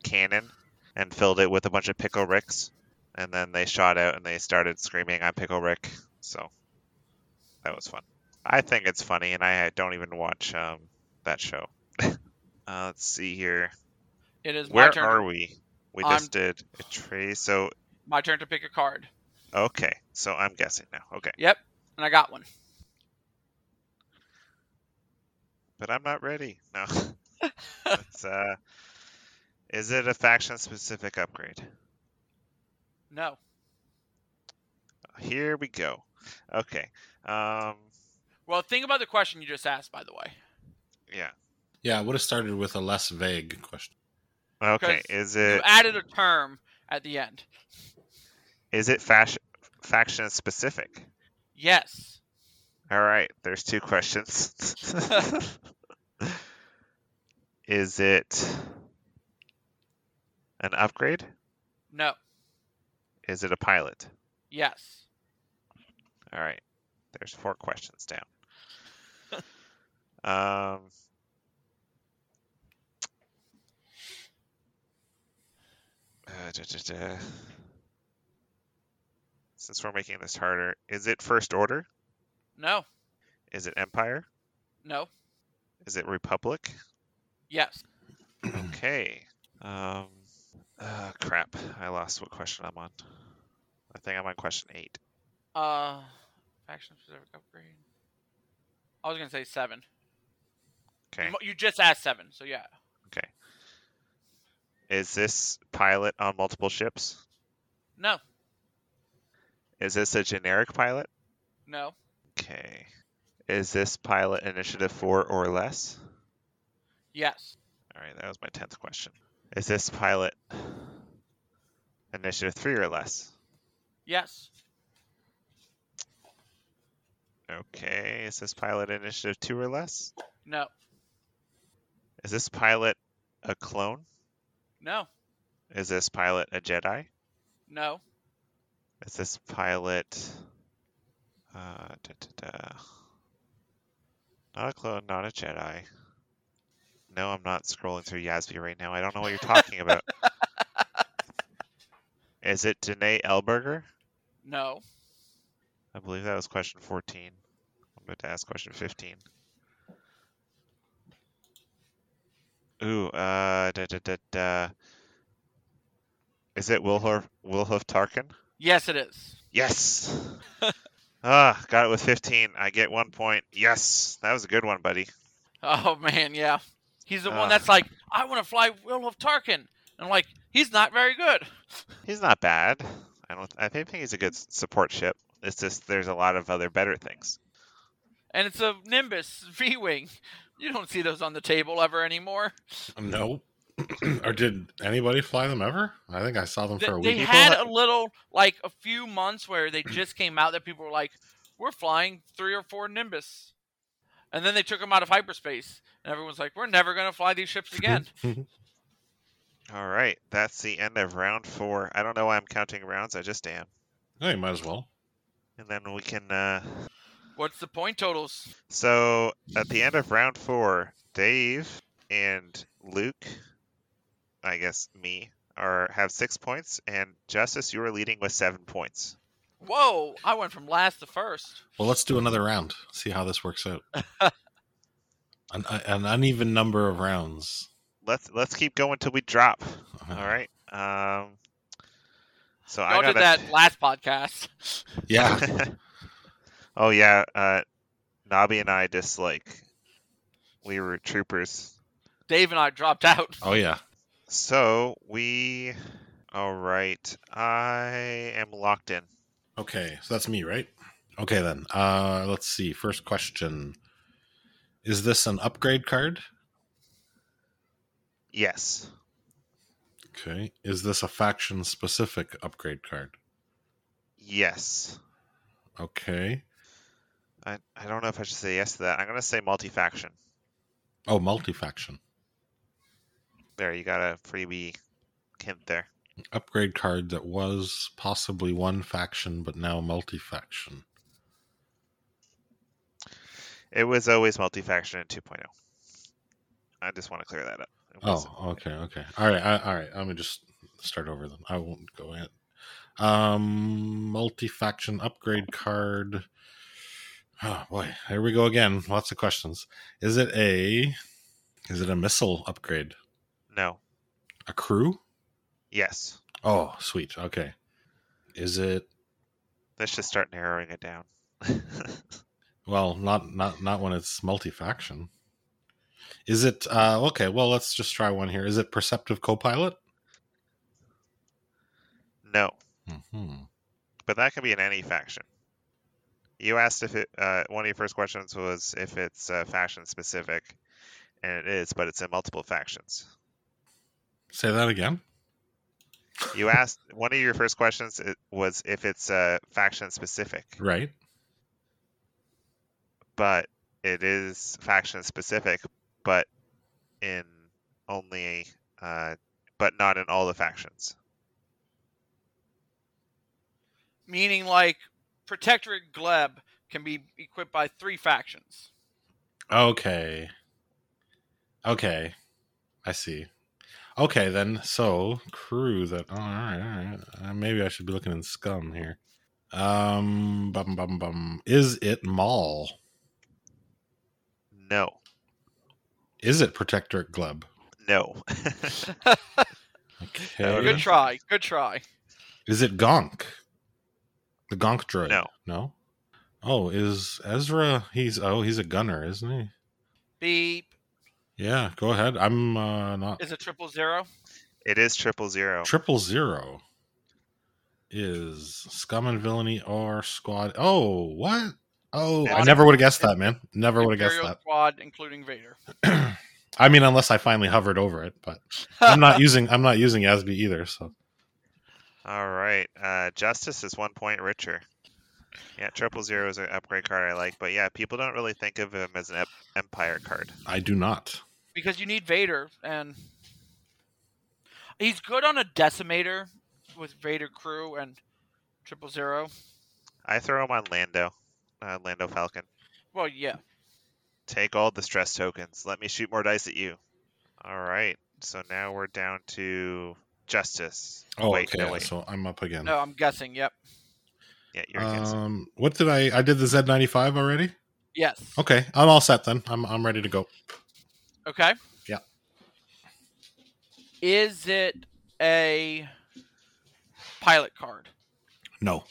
Speaker 7: cannon and filled it with a bunch of pickle ricks, and then they shot out and they started screaming, "I'm pickle rick!" So that was fun. I think it's funny, and I don't even watch um, that show. uh, let's see here.
Speaker 8: It is my
Speaker 7: Where
Speaker 8: turn.
Speaker 7: are we? We
Speaker 8: I'm-
Speaker 7: just did a tree. So
Speaker 8: My turn to pick a card.
Speaker 7: okay, so I'm guessing now. Okay.
Speaker 8: Yep. And I got one.
Speaker 7: but I'm not ready. No. It's, uh, is it a faction specific upgrade?
Speaker 8: No.
Speaker 7: Here we go. Okay. Um,
Speaker 8: Well, think about the question you just asked, by the way.
Speaker 7: yeah.
Speaker 6: Yeah, I would have started with a less vague question.
Speaker 7: Okay.
Speaker 8: 'Cause
Speaker 7: Is
Speaker 8: You
Speaker 7: it
Speaker 8: added a term at the end.
Speaker 7: is it fash- faction specific?
Speaker 8: Yes.
Speaker 7: All right. There's two questions. is it an upgrade?
Speaker 8: No.
Speaker 7: Is it a pilot?
Speaker 8: Yes.
Speaker 7: All right. There's four questions down. um, uh, duh, duh, duh. Since we're making this harder, is it First Order?
Speaker 8: No.
Speaker 7: Is it Empire?
Speaker 8: No.
Speaker 7: Is it Republic?
Speaker 8: Yes.
Speaker 7: Okay. Um, uh, crap. I lost what question I'm on. I think I'm on question eight.
Speaker 8: Uh, faction specific upgrade. I was gonna say seven.
Speaker 7: Okay.
Speaker 8: Mo- You just asked seven, so yeah.
Speaker 7: Okay. Is this pilot on multiple ships?
Speaker 8: No,
Speaker 7: Is this a generic pilot?
Speaker 8: no,
Speaker 7: Okay. Is this pilot initiative four or less?
Speaker 8: yes,
Speaker 7: All right, that was my 10th question. Is this pilot initiative three or less?
Speaker 8: yes,
Speaker 7: Okay. Is this pilot initiative two or less?
Speaker 8: no,
Speaker 7: Is this pilot a clone?
Speaker 8: no,
Speaker 7: Is this pilot a Jedi?
Speaker 8: no,
Speaker 7: Is this pilot. Uh, da, da, da. Not a clone, not a Jedi. No, I'm not scrolling through Yasby right now. I don't know what you're talking about. Is it Danae Elberger?
Speaker 8: No.
Speaker 7: I believe that was question 14. I'm about to ask question 15. Ooh, uh, da, da, da, da. Is it Wilhor Wilhoof Tarkin?
Speaker 8: Yes, it is.
Speaker 7: Yes! ah, got it with 15. I get one point. Yes! That was a good one, buddy.
Speaker 8: Oh man, yeah. He's the
Speaker 6: Uh.
Speaker 7: Ah.
Speaker 8: one that's like, I want to fly Will of Tarkin. And I'm like, he's not very good.
Speaker 7: He's not bad. I don't. I think he's a good s- support ship. It's just there's a lot of other better things.
Speaker 8: And it's a Nimbus V Wing. You don't see those on the table ever anymore.
Speaker 6: No. or did anybody fly them ever? I think I saw them
Speaker 8: They,
Speaker 6: for a
Speaker 8: they
Speaker 6: week.
Speaker 8: had
Speaker 7: ha-
Speaker 8: a little, like a few months where they just came out that people were like, we're flying three or four Nimbus. And then they took them out of hyperspace. And everyone's like, we're never going to fly these ships again.
Speaker 7: All right, that's the end of round four. I don't know why I'm counting rounds. I just am.
Speaker 6: Oh, you might as well.
Speaker 7: And then we can. Uh...
Speaker 8: What's the point totals?
Speaker 7: So at the end of round four, Dave and Luke, I guess me, are have six points, and Justice, you are leading with seven points.
Speaker 8: Whoa, I went from last to first.
Speaker 6: Well, let's do another round. See how this works out. an, an uneven number of rounds.
Speaker 7: Let's let's keep going till we drop.
Speaker 6: Mm-hmm.
Speaker 7: All right. Um. So I
Speaker 8: Y'all
Speaker 7: got
Speaker 8: did that last podcast.
Speaker 6: Yeah.
Speaker 7: oh yeah, uh, Nobby and I dislike. We were troopers,
Speaker 8: Dave and I dropped out.
Speaker 6: Oh yeah.
Speaker 7: so we. All right, I am locked in.
Speaker 6: Okay, so that's me, right? Okay then. Uh let's see. First question. Is this an upgrade card?
Speaker 7: Yes,
Speaker 6: Okay. Is this a faction specific upgrade card?
Speaker 7: yes.
Speaker 6: Okay.
Speaker 7: I I don't know if I should say yes to that. I'm gonna say multi-faction.
Speaker 6: Oh, multi faction.
Speaker 7: There, you got a freebie hint there.
Speaker 6: Upgrade card that was possibly one faction but now multi faction.
Speaker 7: It was always multi-faction in 2.0. oh. I just want to clear that up. It
Speaker 6: Oh,
Speaker 7: wasn't-
Speaker 6: okay, okay. All right, I, all right. I'm gonna just start over then. I won't go in. Um, multi faction upgrade card. Oh boy, here we go again. Lots of questions. Is it a? Is it a missile upgrade?
Speaker 7: No.
Speaker 6: A crew?
Speaker 7: Yes.
Speaker 6: Oh, sweet. Okay. Is it?
Speaker 7: Let's just start narrowing it down.
Speaker 6: Well, not not not when it's multi faction. Is it? Uh, okay. Well, let's just try one here. Is it perceptive copilot?
Speaker 7: no.
Speaker 6: Hmm.
Speaker 7: but that can be in any faction. You asked if it. Uh, one of your first questions was if it's uh, faction specific, and it is, but it's in multiple factions.
Speaker 6: Say that again.
Speaker 7: You asked one of your first questions i- was if it's uh, faction specific,
Speaker 6: Right.
Speaker 7: but it is faction specific, but in only, uh, but not in all the factions.
Speaker 8: Meaning, like, Protectorate Gleb can be equipped by three factions.
Speaker 6: Okay. Okay. I see. Okay, then. So, crew that. Oh, all right, all right. Uh, maybe I should be looking in scum here. Um, bum, bum, bum. Is it Maul?
Speaker 7: No,
Speaker 6: Is it Protectorate Gleb?
Speaker 7: no,
Speaker 6: Okay.
Speaker 8: Good try. Good try.
Speaker 6: Is it Gonk? The Gonk droid?
Speaker 7: No.
Speaker 6: No? Oh, is Ezra. He's. Oh, he's a gunner, isn't he?
Speaker 8: Beep
Speaker 6: Yeah, go ahead. I'm uh, not.
Speaker 8: is a triple zero.
Speaker 7: it is triple zero.
Speaker 6: Triple zero is scum and villainy or squad. Oh, what? Oh, I
Speaker 8: Yeah.
Speaker 6: never would have guessed that, man. Never would have
Speaker 8: Imperial
Speaker 6: guessed
Speaker 8: squad, including Vader.
Speaker 6: that. I mean, unless I finally hovered over it, but I'm not using I'm not using Asby either. So
Speaker 7: All right. Uh, Justice is one point richer. Yeah, triple zero is an upgrade card I like, but yeah, people don't really think of him as an ep- empire card.
Speaker 6: I do not.
Speaker 8: because you need Vader, and he's good on a decimator with Vader crew and triple zero.
Speaker 7: I throw him on Lando, uh, Lando Falcon.
Speaker 8: Well, yeah.
Speaker 7: Take all the stress tokens. Let me shoot more dice at you. All right. So now we're down to justice.
Speaker 6: Oh,
Speaker 7: wait,
Speaker 6: okay.
Speaker 7: no, wait.
Speaker 6: So I'm up again.
Speaker 8: No, I'm guessing. Yep.
Speaker 7: Yeah, you're against.
Speaker 6: Um, what did I? I did the Z95 already.
Speaker 8: Yes.
Speaker 6: Okay, I'm all set then. I'm I'm ready to go.
Speaker 8: Okay.
Speaker 6: Yeah.
Speaker 8: Is it a pilot card?
Speaker 6: No.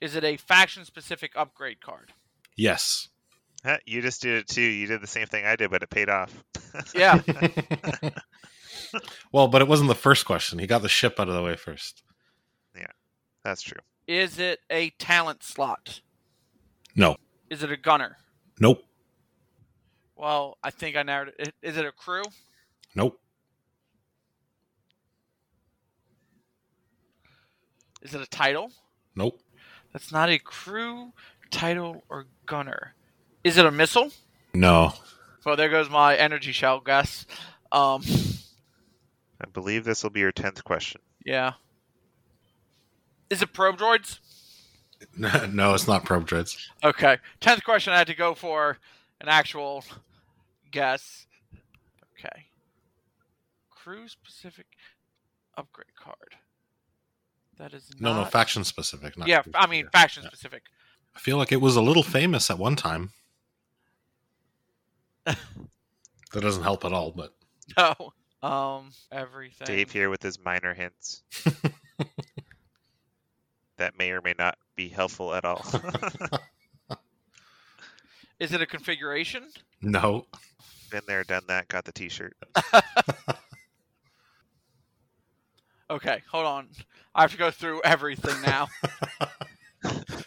Speaker 8: Is it a faction specific upgrade card?
Speaker 6: Yes.
Speaker 7: Huh, you just did it too. You did the same thing I did, but it paid off.
Speaker 8: Yeah.
Speaker 6: well, but it wasn't the first question. He got the ship out of the way first.
Speaker 7: That's true.
Speaker 8: Is it a talent slot?
Speaker 6: No.
Speaker 8: Is it a gunner?
Speaker 6: Nope.
Speaker 8: Well, I think I narrowed it. I- Is it a crew?
Speaker 6: Nope.
Speaker 8: Is it a title?
Speaker 6: Nope.
Speaker 8: That's not a crew, title, or gunner. Is it a missile?
Speaker 6: No.
Speaker 8: Well, there goes my energy shell guess. Um,
Speaker 7: I believe this will be your tenth question.
Speaker 8: yeah. Is it probe droids?
Speaker 6: no, it's not probe dreads.
Speaker 8: Okay. Tenth question I had to go for an actual guess. Okay. Crew specific upgrade card. That is
Speaker 6: No,
Speaker 8: not...
Speaker 6: no, faction specific. Not
Speaker 8: Yeah,
Speaker 6: group,
Speaker 8: I mean
Speaker 6: yeah.
Speaker 8: faction specific.
Speaker 6: I feel like it was a little famous at one time. that doesn't help at all, but
Speaker 8: No. Um everything.
Speaker 7: Dave here with his minor hints. that may or may not be helpful at all.
Speaker 8: Is it a configuration?
Speaker 6: no.
Speaker 7: Been there, done that, got the t shirt.
Speaker 8: Okay, hold on. I have to go through everything now.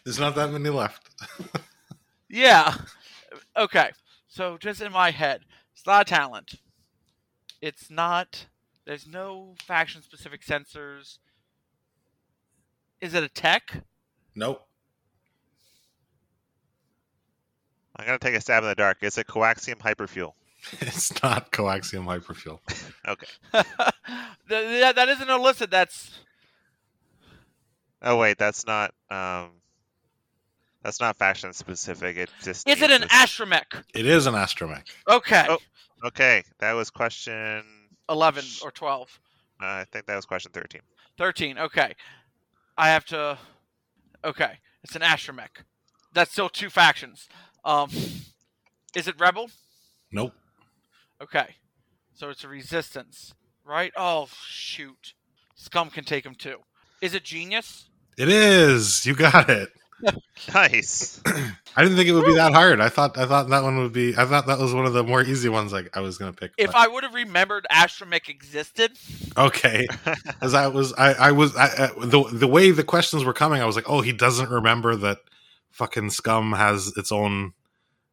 Speaker 6: There's not that many left.
Speaker 8: yeah. Okay. So just in my head, it's not a talent. It's not there's no faction specific sensors. Is it a tech?
Speaker 6: Nope.
Speaker 7: I'm going to take a stab in the dark. It's a coaxium hyperfuel.
Speaker 6: It's not coaxium hyperfuel.
Speaker 7: Okay.
Speaker 8: Th- that, that isn't illicit. That's
Speaker 7: Oh, wait, that's not. um That's not fashion specific. It just.
Speaker 8: is it
Speaker 7: needs
Speaker 8: an
Speaker 7: this-
Speaker 8: astromech?
Speaker 6: It is an astromech.
Speaker 8: Okay,
Speaker 7: Oh. Okay, that was question.
Speaker 8: eleven or twelve.
Speaker 7: Uh, I think that was question 13.
Speaker 8: 13. Okay. I have to. Okay. It's an astromech. That's still two factions. Um, is it rebel?
Speaker 6: Nope.
Speaker 8: Okay. So it's a resistance, right? Oh shoot. Scum can take him too. Is it genius?
Speaker 6: It is. You got it.
Speaker 7: Nice.
Speaker 6: I didn't think it would be that hard. I thought I thought that one would be. I thought that was one of the more easy ones. Like I was gonna pick.
Speaker 8: If
Speaker 6: but-
Speaker 8: I would have remembered astromech existed,
Speaker 6: okay, as I was, I, I was I, I, the the way the questions were coming. I was like, oh, he doesn't remember that fucking scum has its own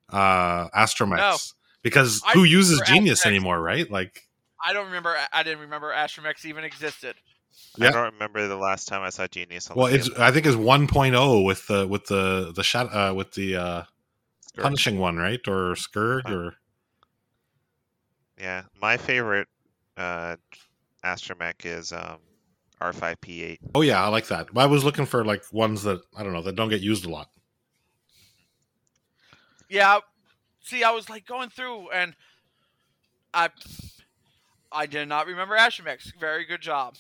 Speaker 6: uh astromechs
Speaker 8: No.
Speaker 6: because
Speaker 8: I
Speaker 6: who uses
Speaker 8: remember
Speaker 6: genius
Speaker 8: astromechs.
Speaker 6: anymore, right? Like
Speaker 8: I don't remember. I didn't remember astromechs even existed.
Speaker 6: Yeah.
Speaker 7: I don't remember the last time I saw Genius. On
Speaker 6: well,
Speaker 7: the
Speaker 6: it's
Speaker 7: field.
Speaker 6: I think it's 1.0 with the with the the shot uh, with the uh
Speaker 7: Scourge.
Speaker 6: punishing one, right? Or scourge or
Speaker 7: Yeah, my favorite uh, astromech is um, R5P8.
Speaker 6: Oh yeah, I like that. I was looking for like ones that I don't know that don't get used a lot.
Speaker 8: Yeah. See, I was like going through and I I did not remember astromechs. Very good job.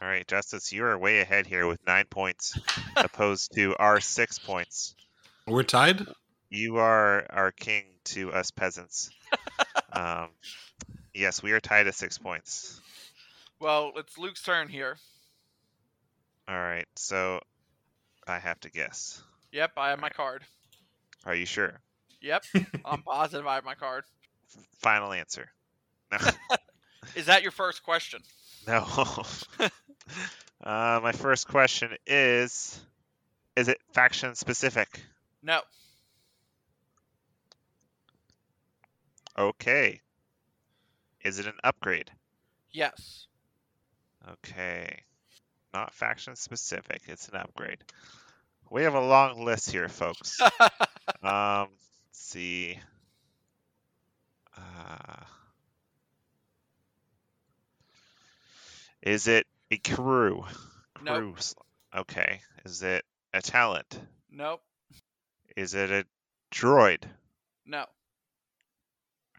Speaker 7: All right, Justice, you are way ahead here with nine points, opposed to our six points.
Speaker 6: We're tied.
Speaker 7: You are our king to us peasants. um, yes, we are tied at six points.
Speaker 8: Well, it's Luke's turn here.
Speaker 7: All right, so I have to guess.
Speaker 8: Yep, I have my card.
Speaker 7: Are you sure?
Speaker 8: Yep, I'm positive I have my card.
Speaker 7: Final answer. No.
Speaker 8: Is that your first question?
Speaker 7: No. uh, my first question is Is it faction specific?
Speaker 8: No.
Speaker 7: Okay. Is it an upgrade?
Speaker 8: Yes.
Speaker 7: Okay. Not faction specific, it's an upgrade. We have a long list here, folks. um, let's see. Uh, is it a crew?
Speaker 8: Nope.
Speaker 7: Crew. sl- Okay. Is it a talent?
Speaker 8: Nope.
Speaker 7: Is it a Droid.
Speaker 8: No.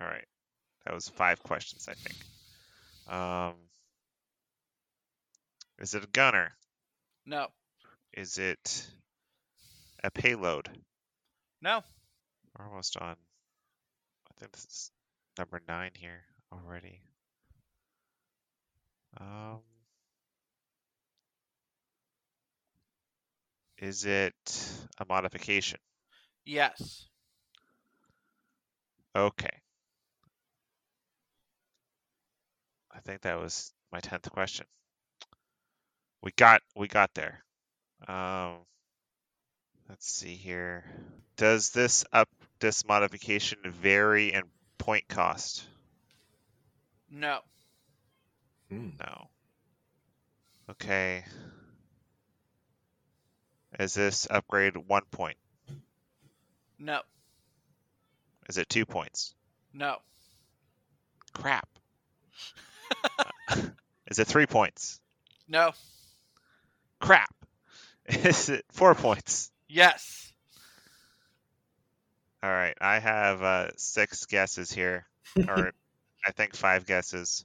Speaker 7: All right. That was five questions, I think. Um, is it a gunner?
Speaker 8: No.
Speaker 7: Is it a payload?
Speaker 8: No.
Speaker 7: We're almost on. I think this is number nine here already. Um, is it a modification?
Speaker 8: Yes.
Speaker 7: Okay. I think that was my tenth question. We got we got there. Um, let's see here. Does this up this modification vary in point cost?
Speaker 8: No.
Speaker 7: No. Okay. Is this upgrade one point?
Speaker 8: No.
Speaker 7: Is it two points?
Speaker 8: No.
Speaker 7: Crap. Is it three points?
Speaker 8: No.
Speaker 7: Crap. Is it four points?
Speaker 8: Yes.
Speaker 7: All right, I have uh, six guesses here, or I think five guesses.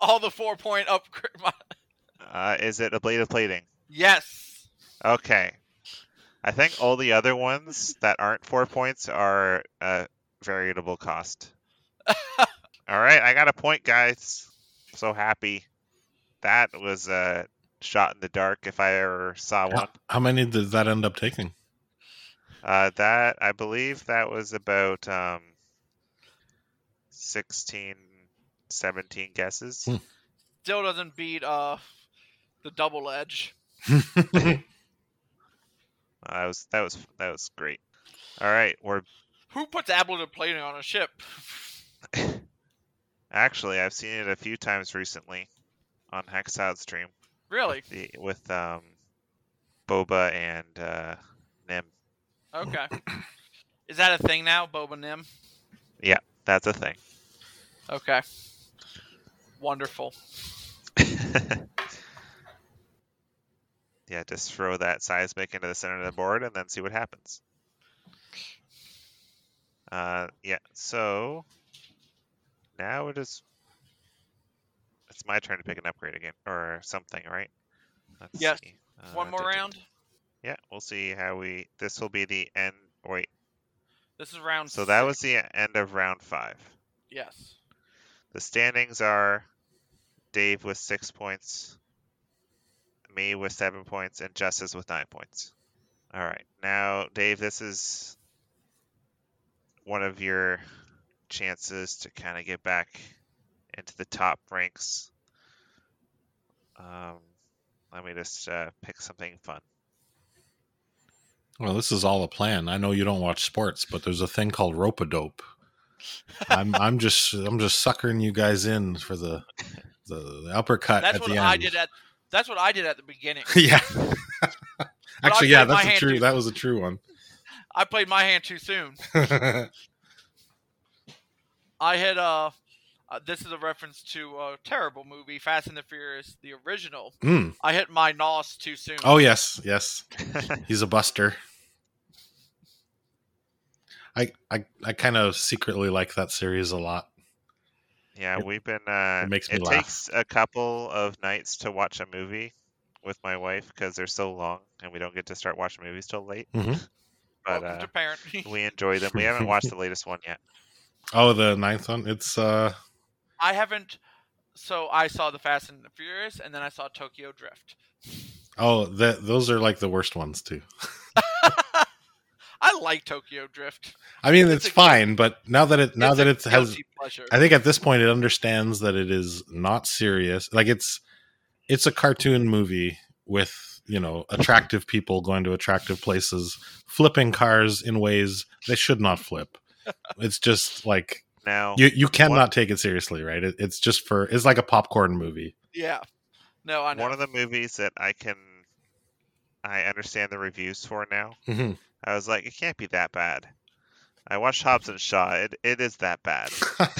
Speaker 8: All the four point upgrade.
Speaker 7: Uh, is it ablative plating?
Speaker 8: Yes.
Speaker 7: Okay. I think all the other ones that aren't four points are uh, variable cost. all right, I got a point, guys. So happy. That was a shot in the dark if I ever saw one.
Speaker 6: How, how many did that end up taking?
Speaker 7: Uh, that I believe that was about um, 16, 17 guesses.
Speaker 6: Hmm.
Speaker 8: Still doesn't beat uh the double edge.
Speaker 7: Uh, that was that was that was great. All right, we're
Speaker 8: Who puts ablative plating on a ship?
Speaker 7: actually I've seen it a few times recently on Hexout stream
Speaker 8: Really?
Speaker 7: the, with um, Boba and uh, Nim.
Speaker 8: Okay. Is that a thing now, Boba Nim?
Speaker 7: Yeah, that's a thing.
Speaker 8: Okay. Wonderful.
Speaker 7: yeah, just throw that seismic into the center of the board and then see what happens. Uh, yeah, so now it is. It's my turn to pick an upgrade again or something, right? Let's
Speaker 8: Yes.
Speaker 7: see.
Speaker 8: One
Speaker 7: Uh,
Speaker 8: more
Speaker 7: duh, duh,
Speaker 8: round.
Speaker 7: Yeah, we'll see how we. This will be the end. Wait,
Speaker 8: This is round.
Speaker 7: so that
Speaker 8: six.
Speaker 7: was the end of round five.
Speaker 8: yes.
Speaker 7: The standings are Dave with six points, me with seven points, and Justice with nine points. All right. Now, Dave, this is one of your chances to kind of get back into the top ranks. Um, let me just uh, pick something fun.
Speaker 6: Well, this is all a plan. I know you don't watch sports, but there's a thing called rope a dope. I'm I'm just I'm just suckering you guys in for the the, the uppercut
Speaker 8: That's
Speaker 6: at
Speaker 8: what
Speaker 6: the end.
Speaker 8: I did at. That's what I did at the beginning.
Speaker 6: yeah.
Speaker 8: I'll
Speaker 6: Actually, yeah,
Speaker 8: take my
Speaker 6: that's a
Speaker 8: hand
Speaker 6: true.
Speaker 8: too.
Speaker 6: That was a true one.
Speaker 8: I played my hand too soon.
Speaker 6: yeah,
Speaker 8: I had uh, uh this is a reference to a terrible movie, Fast and the Furious, the original.
Speaker 6: Mm.
Speaker 8: I hit my nos too soon.
Speaker 6: Oh yes, yes. He's a buster. I I I kind of secretly like that series a lot.
Speaker 7: Yeah,
Speaker 6: It-
Speaker 7: we've been. Uh,
Speaker 6: it makes me laugh.
Speaker 7: takes a couple of nights to watch a movie with my wife because they're so long, and we don't get to start watching movies till late.
Speaker 6: Mhm.
Speaker 7: But
Speaker 8: Welcome
Speaker 7: uh,
Speaker 8: to parent.
Speaker 7: we enjoy them. We haven't watched the latest one yet.
Speaker 6: Oh, the ninth one. It's uh
Speaker 8: I haven't. So I saw the Fast and the Furious, and then I saw Tokyo Drift.
Speaker 6: oh that those are like the worst ones too.
Speaker 8: I like Tokyo Drift.
Speaker 6: I mean,
Speaker 8: It's
Speaker 6: it's,
Speaker 8: a-
Speaker 6: fine, but now that it now
Speaker 8: It's
Speaker 6: that
Speaker 8: a
Speaker 6: it has,
Speaker 8: guilty pleasure.
Speaker 6: I think at this point it understands that it is not serious. Like it's it's a cartoon movie with you know attractive people going to attractive places, flipping cars in ways they should not flip. It's just like
Speaker 7: Now,
Speaker 6: you you cannot take it seriously, right? It, it's just for it's like a popcorn movie.
Speaker 8: yeah. No, I know.
Speaker 7: one of the movies that I can, I understand the reviews for now.
Speaker 6: Mhm.
Speaker 7: I was like, it can't be that bad. I watched Hobbs and Shaw. It, it is that bad.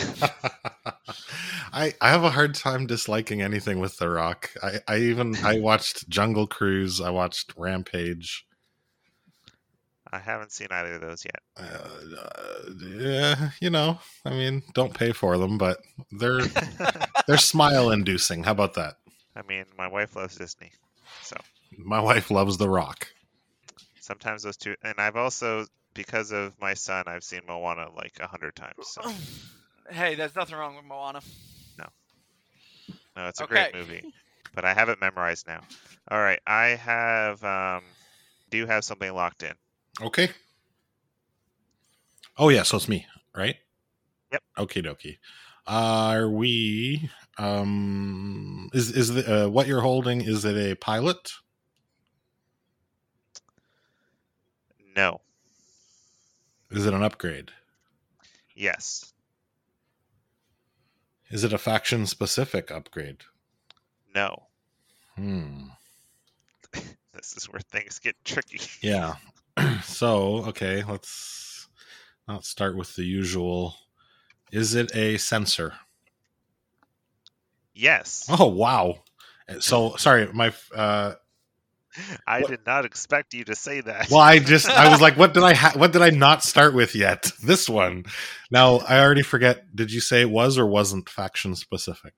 Speaker 6: I I have a hard time disliking anything with The Rock. I I even I watched Jungle Cruise. I watched Rampage.
Speaker 7: I haven't seen either of those yet.
Speaker 6: Uh, uh, yeah, you know, I mean, don't pay for them, but they're they're smile inducing. How about that?
Speaker 7: I mean, my wife loves Disney, so
Speaker 6: My wife loves The Rock.
Speaker 7: sometimes those two. And I've also, because of my son, I've seen Moana like a hundred times.
Speaker 8: Oh,
Speaker 7: So
Speaker 8: Hey, there's nothing wrong with Moana.
Speaker 7: no, it's a great
Speaker 8: Okay.
Speaker 7: movie, but I have it memorized now. All right, I have um, do have something locked in.
Speaker 6: Okay. Oh yeah, so it's me, right?
Speaker 7: Yep.
Speaker 6: Okay, dokie. Are we? Um, is is the uh, what you're holding? Is it a pilot?
Speaker 7: No.
Speaker 6: Is it an upgrade?
Speaker 7: Yes.
Speaker 6: Is it a faction specific upgrade?
Speaker 7: No.
Speaker 6: Hmm.
Speaker 7: This is where things get tricky.
Speaker 6: Yeah. so, okay, let's not start with the usual. Is it a sensor?
Speaker 7: Yes.
Speaker 6: Oh, wow. Eh, So, sorry, my uh
Speaker 7: I
Speaker 6: what-
Speaker 7: did not expect you to say that.
Speaker 6: well, I just I was like what did I ha- what did I not start with yet? This one. Now, I already forget did you say it was or wasn't faction specific?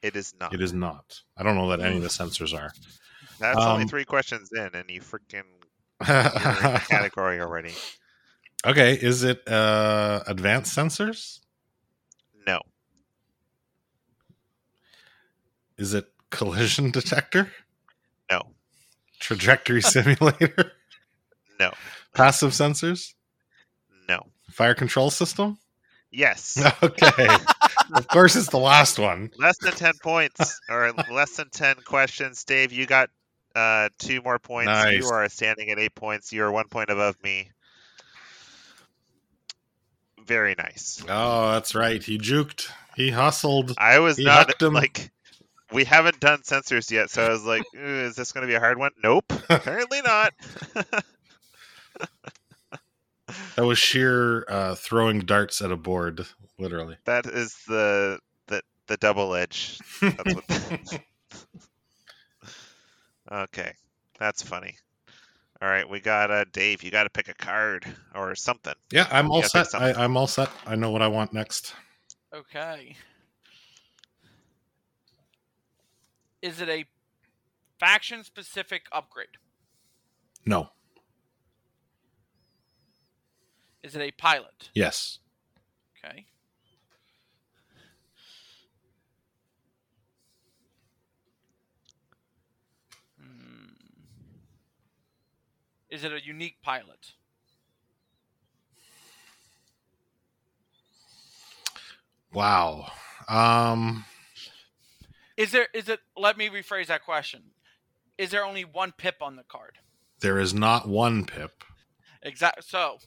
Speaker 7: It is not.
Speaker 6: It is not. I don't know that any of the sensors are.
Speaker 7: That's only
Speaker 6: um,
Speaker 7: three questions in, and you freaking you're in the category already.
Speaker 6: okay, is it uh advanced sensors?
Speaker 7: No.
Speaker 6: Is it collision detector?
Speaker 7: No.
Speaker 6: Trajectory simulator?
Speaker 7: No.
Speaker 6: passive sensors
Speaker 7: No.
Speaker 6: fire control system
Speaker 7: Yes.
Speaker 6: okay of course it's the last one
Speaker 7: less than ten points or less than ten questions. Dave, you got uh, two more points.
Speaker 6: Nice.
Speaker 7: You are standing at eight points. You are one point above me. Very nice.
Speaker 6: oh that's right he juked he hustled
Speaker 7: I was
Speaker 6: He hucked
Speaker 7: not
Speaker 6: 'em.
Speaker 7: like we haven't done sensors yet, so I was like, "Ooh, is this going to be a hard one? Nope, apparently not.
Speaker 6: that was sheer uh, throwing darts at a board literally
Speaker 7: that is the the the double edge. That's what... okay, that's funny. All right, we got uh, Dave. You got to pick a card or something.
Speaker 6: yeah i'm all
Speaker 7: Yeah, pick
Speaker 6: set I,
Speaker 7: something.
Speaker 6: i'm all set i know what i want next
Speaker 8: Okay. Is it a faction specific upgrade?
Speaker 6: no
Speaker 8: Is it a pilot?
Speaker 6: yes
Speaker 8: Okay. Hmm. Is it a unique pilot?
Speaker 6: wow um
Speaker 8: Is there is it let me rephrase that question. Is there only one pip on the card?
Speaker 6: there is not one pip
Speaker 8: Exact so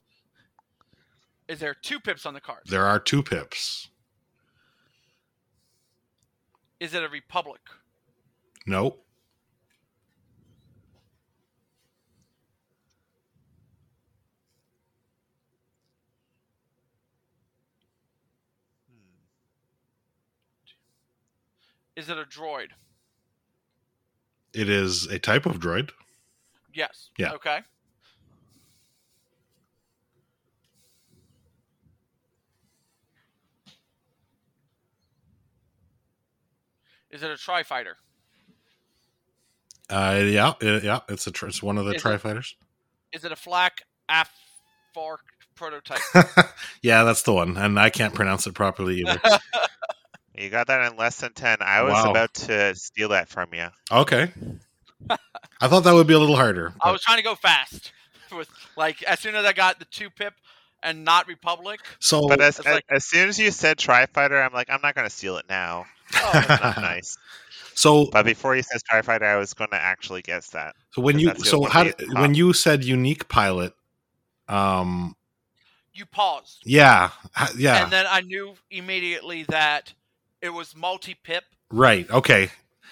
Speaker 8: is there two pips on the card?
Speaker 6: there are two pips
Speaker 8: Is it a republic?
Speaker 6: no
Speaker 8: Is it a droid?
Speaker 6: it is a type of droid
Speaker 8: Yes.
Speaker 6: Yeah.
Speaker 8: Okay. Is it a tri fighter?
Speaker 6: uh yeah it- yeah it's a tr- it's one of the
Speaker 8: Is it-
Speaker 6: tri fighters
Speaker 8: Is it a flak afarc prototype?
Speaker 6: yeah, that's the one, and I can't pronounce it properly either.
Speaker 7: You got that in less than ten. I was
Speaker 6: Wow.
Speaker 7: about to steal that from you.
Speaker 6: Okay, I thought that would be a little harder.
Speaker 8: I was trying to go fast with like as soon as I got the two pip and not Republic.
Speaker 6: so
Speaker 7: But as,
Speaker 8: it's
Speaker 7: as,
Speaker 8: like-
Speaker 7: as soon as you said Tri Fighter, I'm like, I'm not going to steal it now.
Speaker 8: Oh,
Speaker 7: Not nice.
Speaker 6: so
Speaker 7: But before you said Tri Fighter, I was going to actually guess that.
Speaker 6: so when you
Speaker 7: that's the
Speaker 6: so
Speaker 7: one
Speaker 6: how
Speaker 7: we had
Speaker 6: when
Speaker 7: top.
Speaker 6: you said unique pilot, um,
Speaker 8: you paused.
Speaker 6: yeah, ha- yeah,
Speaker 8: And then I knew immediately that it was multi pip.
Speaker 6: right, okay,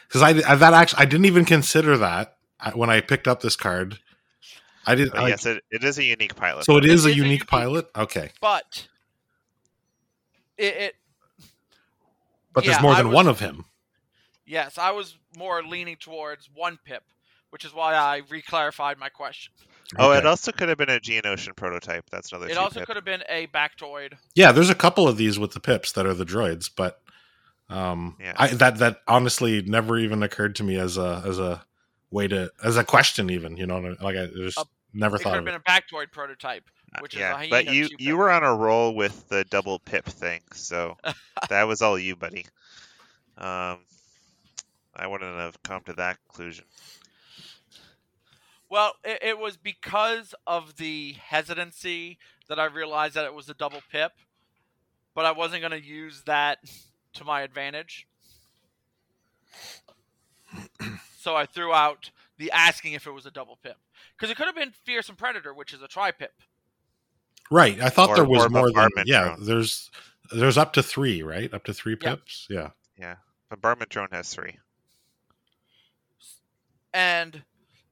Speaker 6: because I, I that actually I didn't even consider that I- when I picked up this card. I didn't.
Speaker 7: But
Speaker 6: like-
Speaker 7: yes, it, it is a unique pilot.
Speaker 6: so it is,
Speaker 8: is
Speaker 6: a
Speaker 8: a
Speaker 6: unique
Speaker 8: unique-
Speaker 6: pilot. Okay,
Speaker 8: but it, it
Speaker 6: but
Speaker 8: Yeah,
Speaker 6: there's more
Speaker 8: I
Speaker 6: than
Speaker 8: was-
Speaker 6: one of him.
Speaker 8: yes, I was more leaning towards one pip, which is why I reclarified my question.
Speaker 7: Oh, it
Speaker 6: Okay.
Speaker 7: also could have been a Geonosian prototype. That's another.
Speaker 8: It
Speaker 7: cheap
Speaker 8: also
Speaker 7: hit.
Speaker 8: could have been a Bactoid.
Speaker 6: Yeah, there's a couple of these with the pips that are the droids, but um
Speaker 7: Yeah.
Speaker 6: I that that honestly never even occurred to me as a as a way to as a question even, you know, what I mean? like I just
Speaker 8: Uh,
Speaker 6: never
Speaker 8: It could
Speaker 6: thought
Speaker 8: have
Speaker 6: of
Speaker 8: been
Speaker 6: it.
Speaker 8: a Bactoid prototype.
Speaker 7: Uh,
Speaker 8: which is
Speaker 7: yeah,
Speaker 8: a
Speaker 7: but
Speaker 8: hyena
Speaker 7: you
Speaker 8: cheap
Speaker 7: you
Speaker 8: hit.
Speaker 7: were on a roll with the double pip thing, so that was all you, buddy. Um, I wouldn't have come to that conclusion.
Speaker 8: Well, it, it was because of the hesitancy that I realized that it was a double pip, but I wasn't going to use that to my advantage. so I threw out the asking if it was a double pip because it could have been fearsome predator, which is a tri pip.
Speaker 6: Right. I thought
Speaker 7: Or-
Speaker 6: there was
Speaker 7: or
Speaker 6: more than
Speaker 7: bombardment
Speaker 6: yeah,
Speaker 7: drone.
Speaker 6: there's there's up to 3, right? Up to 3
Speaker 8: Yeah.
Speaker 6: pips. Yeah.
Speaker 7: Bombardment drone has three.
Speaker 8: And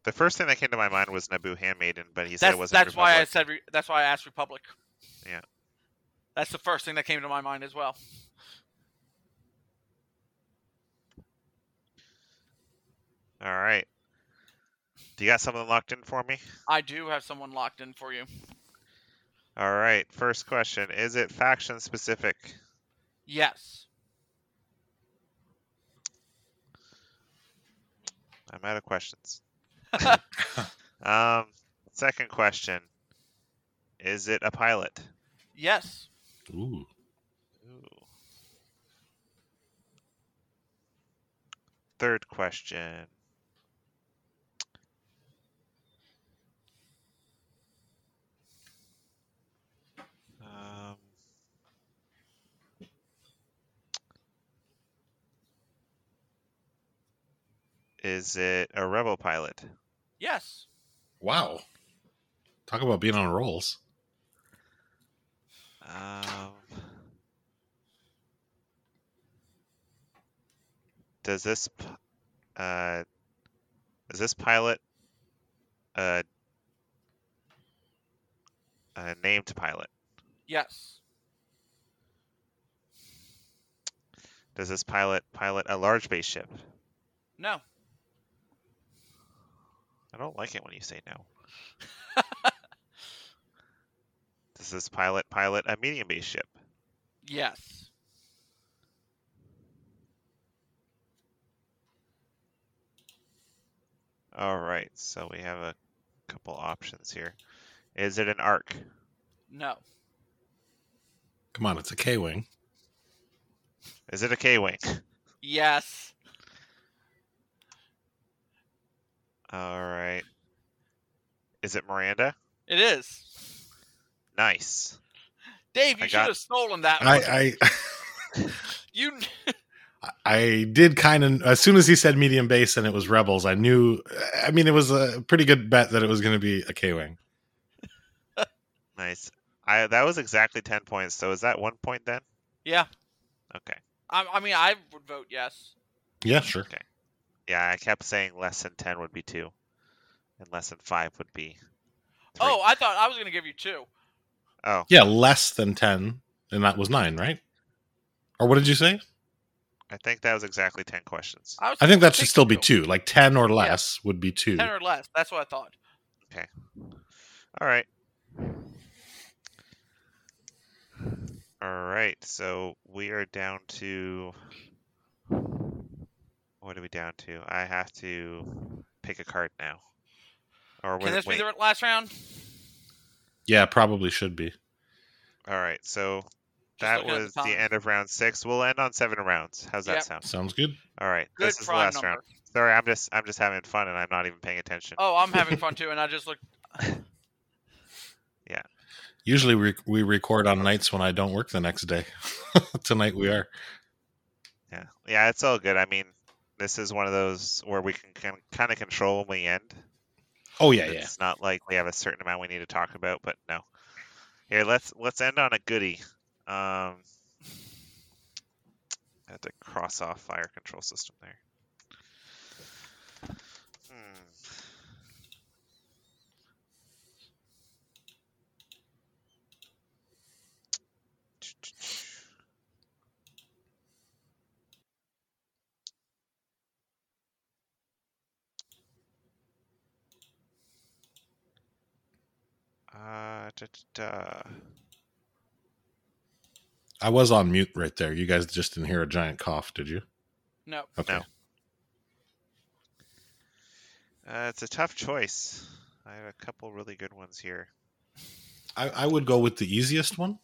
Speaker 7: The first thing that came to my mind was Naboo Handmaiden, but he said it
Speaker 8: that's
Speaker 7: wasn't.
Speaker 8: that's why I
Speaker 7: Republic.
Speaker 8: said re- that's why I asked Republic.
Speaker 7: Yeah.
Speaker 8: that's the first thing that came to my mind as well.
Speaker 7: All right. Do you got something locked in for me?
Speaker 8: I do have someone locked in for you.
Speaker 7: All right. First question: Is it faction specific?
Speaker 8: Yes.
Speaker 7: I'm out of questions. um, second question: Is it a pilot?
Speaker 8: Yes.
Speaker 6: Ooh.
Speaker 7: Ooh. Third question. Um, is it a rebel pilot?
Speaker 8: Yes.
Speaker 6: Wow. Talk about being on rolls.
Speaker 7: Um, does this p- uh, is this pilot uh, a, a uh, named pilot?
Speaker 8: Yes.
Speaker 7: Does this pilot pilot a large base ship?
Speaker 8: No.
Speaker 7: I don't like it when you say no. does this pilot pilot a medium base ship?
Speaker 8: Yes.
Speaker 7: All right, so we have a couple options here. Is it an arc?
Speaker 8: No.
Speaker 6: Come on, it's a K-wing.
Speaker 7: Is it a K wing?
Speaker 8: Yes.
Speaker 7: All right. Is it Miranda?
Speaker 8: It is.
Speaker 7: Nice.
Speaker 8: Dave,
Speaker 7: I
Speaker 8: you should
Speaker 7: got-
Speaker 8: have stolen that one.
Speaker 6: I I
Speaker 8: You
Speaker 6: I did kind of as soon as he said medium base and it was rebels, I knew. I mean, it was a pretty good bet that it was going to be a K wing.
Speaker 7: Nice. I that was exactly 10 points. So is that 1 point then?
Speaker 8: Yeah.
Speaker 7: Okay.
Speaker 8: I, I mean I would vote yes.
Speaker 6: Yeah, sure.
Speaker 7: Yeah, I kept saying less than 10 would be 2 and less than 5 would be three.
Speaker 8: Oh, I thought I was gonna give you two.
Speaker 7: Oh,
Speaker 6: Yeah, less than ten, and that was nine, right? Or what did you say?
Speaker 7: I think that was exactly 10 questions.
Speaker 8: I, was
Speaker 6: I think that should
Speaker 8: thinking
Speaker 6: still be two. Like ten or less would be two.
Speaker 8: Ten or less. That's what I thought.
Speaker 7: All right. All right. So we are down to What are we down to? I have to pick a card now. Or
Speaker 8: Can
Speaker 7: wait,
Speaker 8: this
Speaker 7: wait.
Speaker 8: be the last round?
Speaker 6: Yeah, probably should be.
Speaker 7: All right, so
Speaker 8: Just
Speaker 7: that
Speaker 8: looking at the
Speaker 7: was the,
Speaker 8: time.
Speaker 7: end of round six. We'll end on seven rounds. How's that
Speaker 8: Yep.
Speaker 7: sound?
Speaker 6: Sounds good.
Speaker 7: All right,
Speaker 8: Good
Speaker 7: this is the
Speaker 8: prime
Speaker 7: last
Speaker 8: number.
Speaker 7: round. Sorry, I'm just I'm just having fun and I'm not even paying attention.
Speaker 8: Oh, I'm having fun too, and I just looked
Speaker 6: Usually we we record on nights when I don't work the next day. Tonight we are.
Speaker 7: Yeah, yeah, it's all good. I mean, this is one of those where we can, can kind of control when we end.
Speaker 6: Oh yeah, yeah.
Speaker 7: It's not like we have a certain amount we need to talk about, but no. Here, let's let's end on a goodie. Um, I had to cross off fire control system there. Hmm. uh, da.
Speaker 6: I was on mute right there. You guys just didn't hear a giant cough, did you?
Speaker 8: No.
Speaker 6: Okay.
Speaker 7: No. Uh, it's a tough choice. I have a couple really good ones here.
Speaker 6: I, I would go with the easiest one.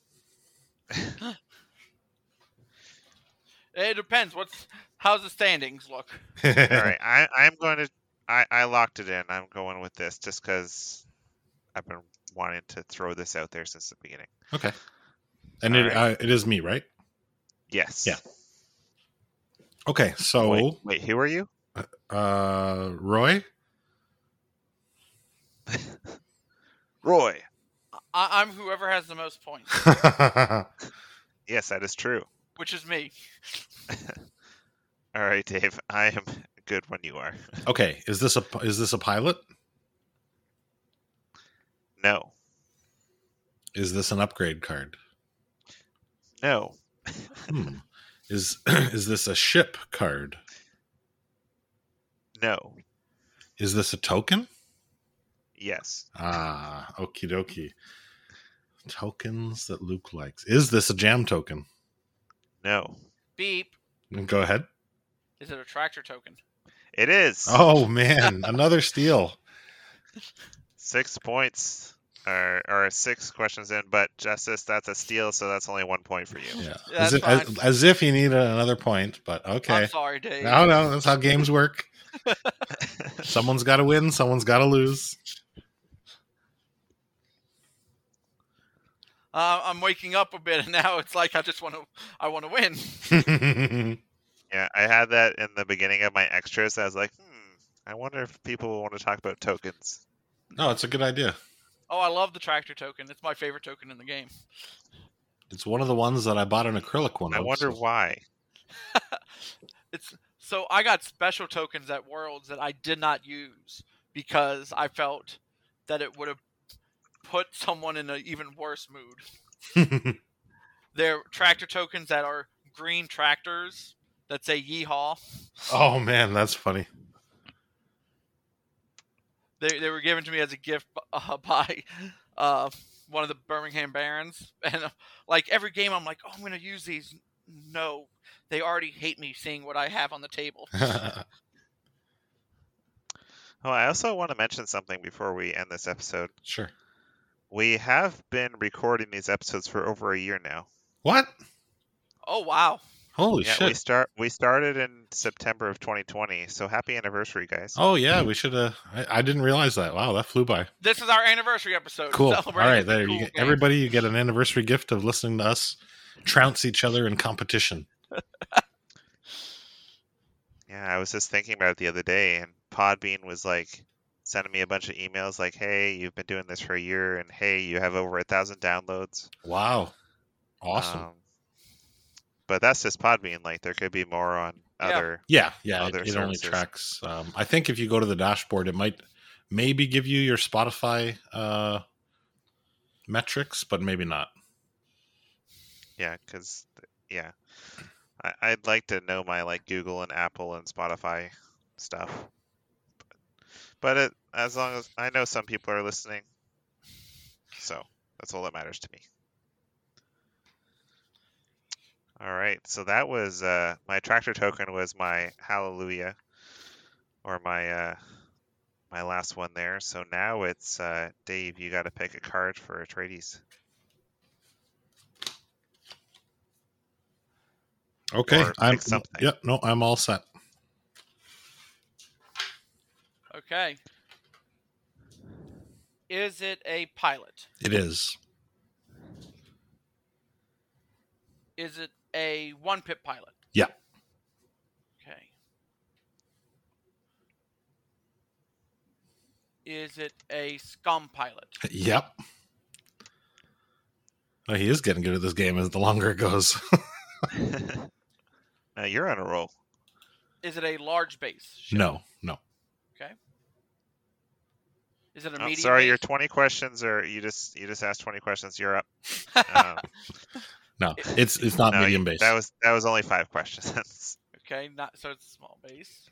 Speaker 8: It depends. What's how's the standings look?
Speaker 7: All right, I, I'm going to. I, I locked it in. I'm going with this just because I've been wanting to throw this out there since the beginning.
Speaker 6: Okay. And
Speaker 7: All
Speaker 6: it,
Speaker 7: right.
Speaker 6: uh, it is me, right?
Speaker 7: Yes.
Speaker 6: Yeah. Okay. So,
Speaker 7: Wait, wait, who are you?
Speaker 6: uh, Roy,
Speaker 7: Roy.
Speaker 8: I- I'm whoever has the most points,
Speaker 7: Yes, that is true.
Speaker 8: which is me.
Speaker 7: All right, Dave. I am good when you are.
Speaker 6: okay. Is this a is this a pilot?
Speaker 7: No.
Speaker 6: Is this an upgrade card?
Speaker 7: No.
Speaker 6: Hmm. Is is this a ship card?
Speaker 7: No.
Speaker 6: Is this a token?
Speaker 7: Yes.
Speaker 6: Ah, okie dokie. Tokens that Luke likes. Is this a jam token?
Speaker 7: No.
Speaker 8: Beep.
Speaker 6: Go ahead.
Speaker 8: Is it a tractor token?
Speaker 7: It is.
Speaker 6: Oh man, another steal.
Speaker 7: Six points or, or six questions in, but Justice, that's a steal, so that's only one point for you.
Speaker 6: Yeah.
Speaker 8: Yeah,
Speaker 6: As if,
Speaker 8: that's
Speaker 6: as,
Speaker 8: fine.
Speaker 6: as if you needed another point, but
Speaker 8: I'm
Speaker 6: okay.
Speaker 8: sorry, Dave.
Speaker 6: No, no, that's how games work. someone's got to win, someone's got to lose.
Speaker 8: Uh, I'm waking up a bit, and now it's like I just want to. I want to win.
Speaker 7: Yeah, I had that in the beginning of my extras. I was like, hmm, I wonder if people will want to talk about tokens.
Speaker 6: no, it's a good idea.
Speaker 8: Oh, I love the tractor token. It's my favorite token in the game.
Speaker 6: It's one of the ones that I bought an acrylic one.
Speaker 7: I
Speaker 6: of,
Speaker 7: wonder
Speaker 6: so-
Speaker 7: why.
Speaker 8: It's so I got special tokens at Worlds that I did not use because I felt that it would have put someone in an even worse mood. They're tractor tokens that are green tractors that say yeehaw.
Speaker 6: oh man, that's funny.
Speaker 8: They, they were given to me as a gift b- uh, by uh, one of the Birmingham Barons. And uh, like every game, I'm like, oh, I'm going to use these. No, they already hate me seeing what I have on the table.
Speaker 7: Oh, I also want to mention something before we end this episode.
Speaker 6: sure.
Speaker 7: We have been recording these episodes for over a year now.
Speaker 6: What?
Speaker 8: Oh, wow.
Speaker 6: Holy
Speaker 7: yeah,
Speaker 6: shit.
Speaker 7: we start we started in September of 2020. So happy anniversary, guys.
Speaker 6: Oh yeah, we should have. I, I didn't realize that. Wow, that flew by.
Speaker 8: This is our anniversary episode.
Speaker 6: Cool. All
Speaker 8: celebrating
Speaker 6: right,
Speaker 8: the
Speaker 6: there
Speaker 8: cool
Speaker 6: you get,
Speaker 8: game.
Speaker 6: everybody. You get an anniversary gift of listening to us trounce each other in competition.
Speaker 7: Yeah, I was just thinking about it the other day, and Podbean was like sending me a bunch of emails like, "Hey, you've been doing this for a year, and hey, you have over a thousand downloads."
Speaker 6: Wow, awesome.
Speaker 7: Um, but that's just Podbean. Like, there could be more on
Speaker 8: Yeah.
Speaker 7: other.
Speaker 6: yeah, yeah. It,
Speaker 7: other
Speaker 6: it only
Speaker 7: services.
Speaker 6: tracks. Um, I think if you go to the dashboard, it might maybe give you your Spotify uh, metrics, but maybe not.
Speaker 7: Yeah, because yeah, I, I'd like to know my like Google and Apple and Spotify stuff. But it, as long as I know some people are listening, so that's all that matters to me. All right, so that was uh, my tractor token was my hallelujah, or my uh, my last one there. So now it's uh, Dave. You got to pick a card for Atreides.
Speaker 6: Okay,
Speaker 7: Or
Speaker 6: I'm.
Speaker 7: pick something.
Speaker 6: Yep. No, I'm all set.
Speaker 8: Okay. Is it a pilot?
Speaker 6: It is.
Speaker 8: Is it a one pip pilot?
Speaker 6: Yeah.
Speaker 8: Okay. Is it a scum pilot?
Speaker 6: Yep. Oh, he is getting good at this game as the longer it goes.
Speaker 7: now you're on a roll.
Speaker 8: Is it a large base? ship?
Speaker 6: no, no.
Speaker 8: Is it a
Speaker 7: Oh,
Speaker 8: medium?
Speaker 7: sorry, your
Speaker 8: base?
Speaker 7: 20 questions or you just you just asked 20 questions. You're up. Um,
Speaker 6: No, it's it's not
Speaker 7: no, you-
Speaker 6: medium based.
Speaker 7: That was that was only five questions.
Speaker 8: Okay, not so it's a small base.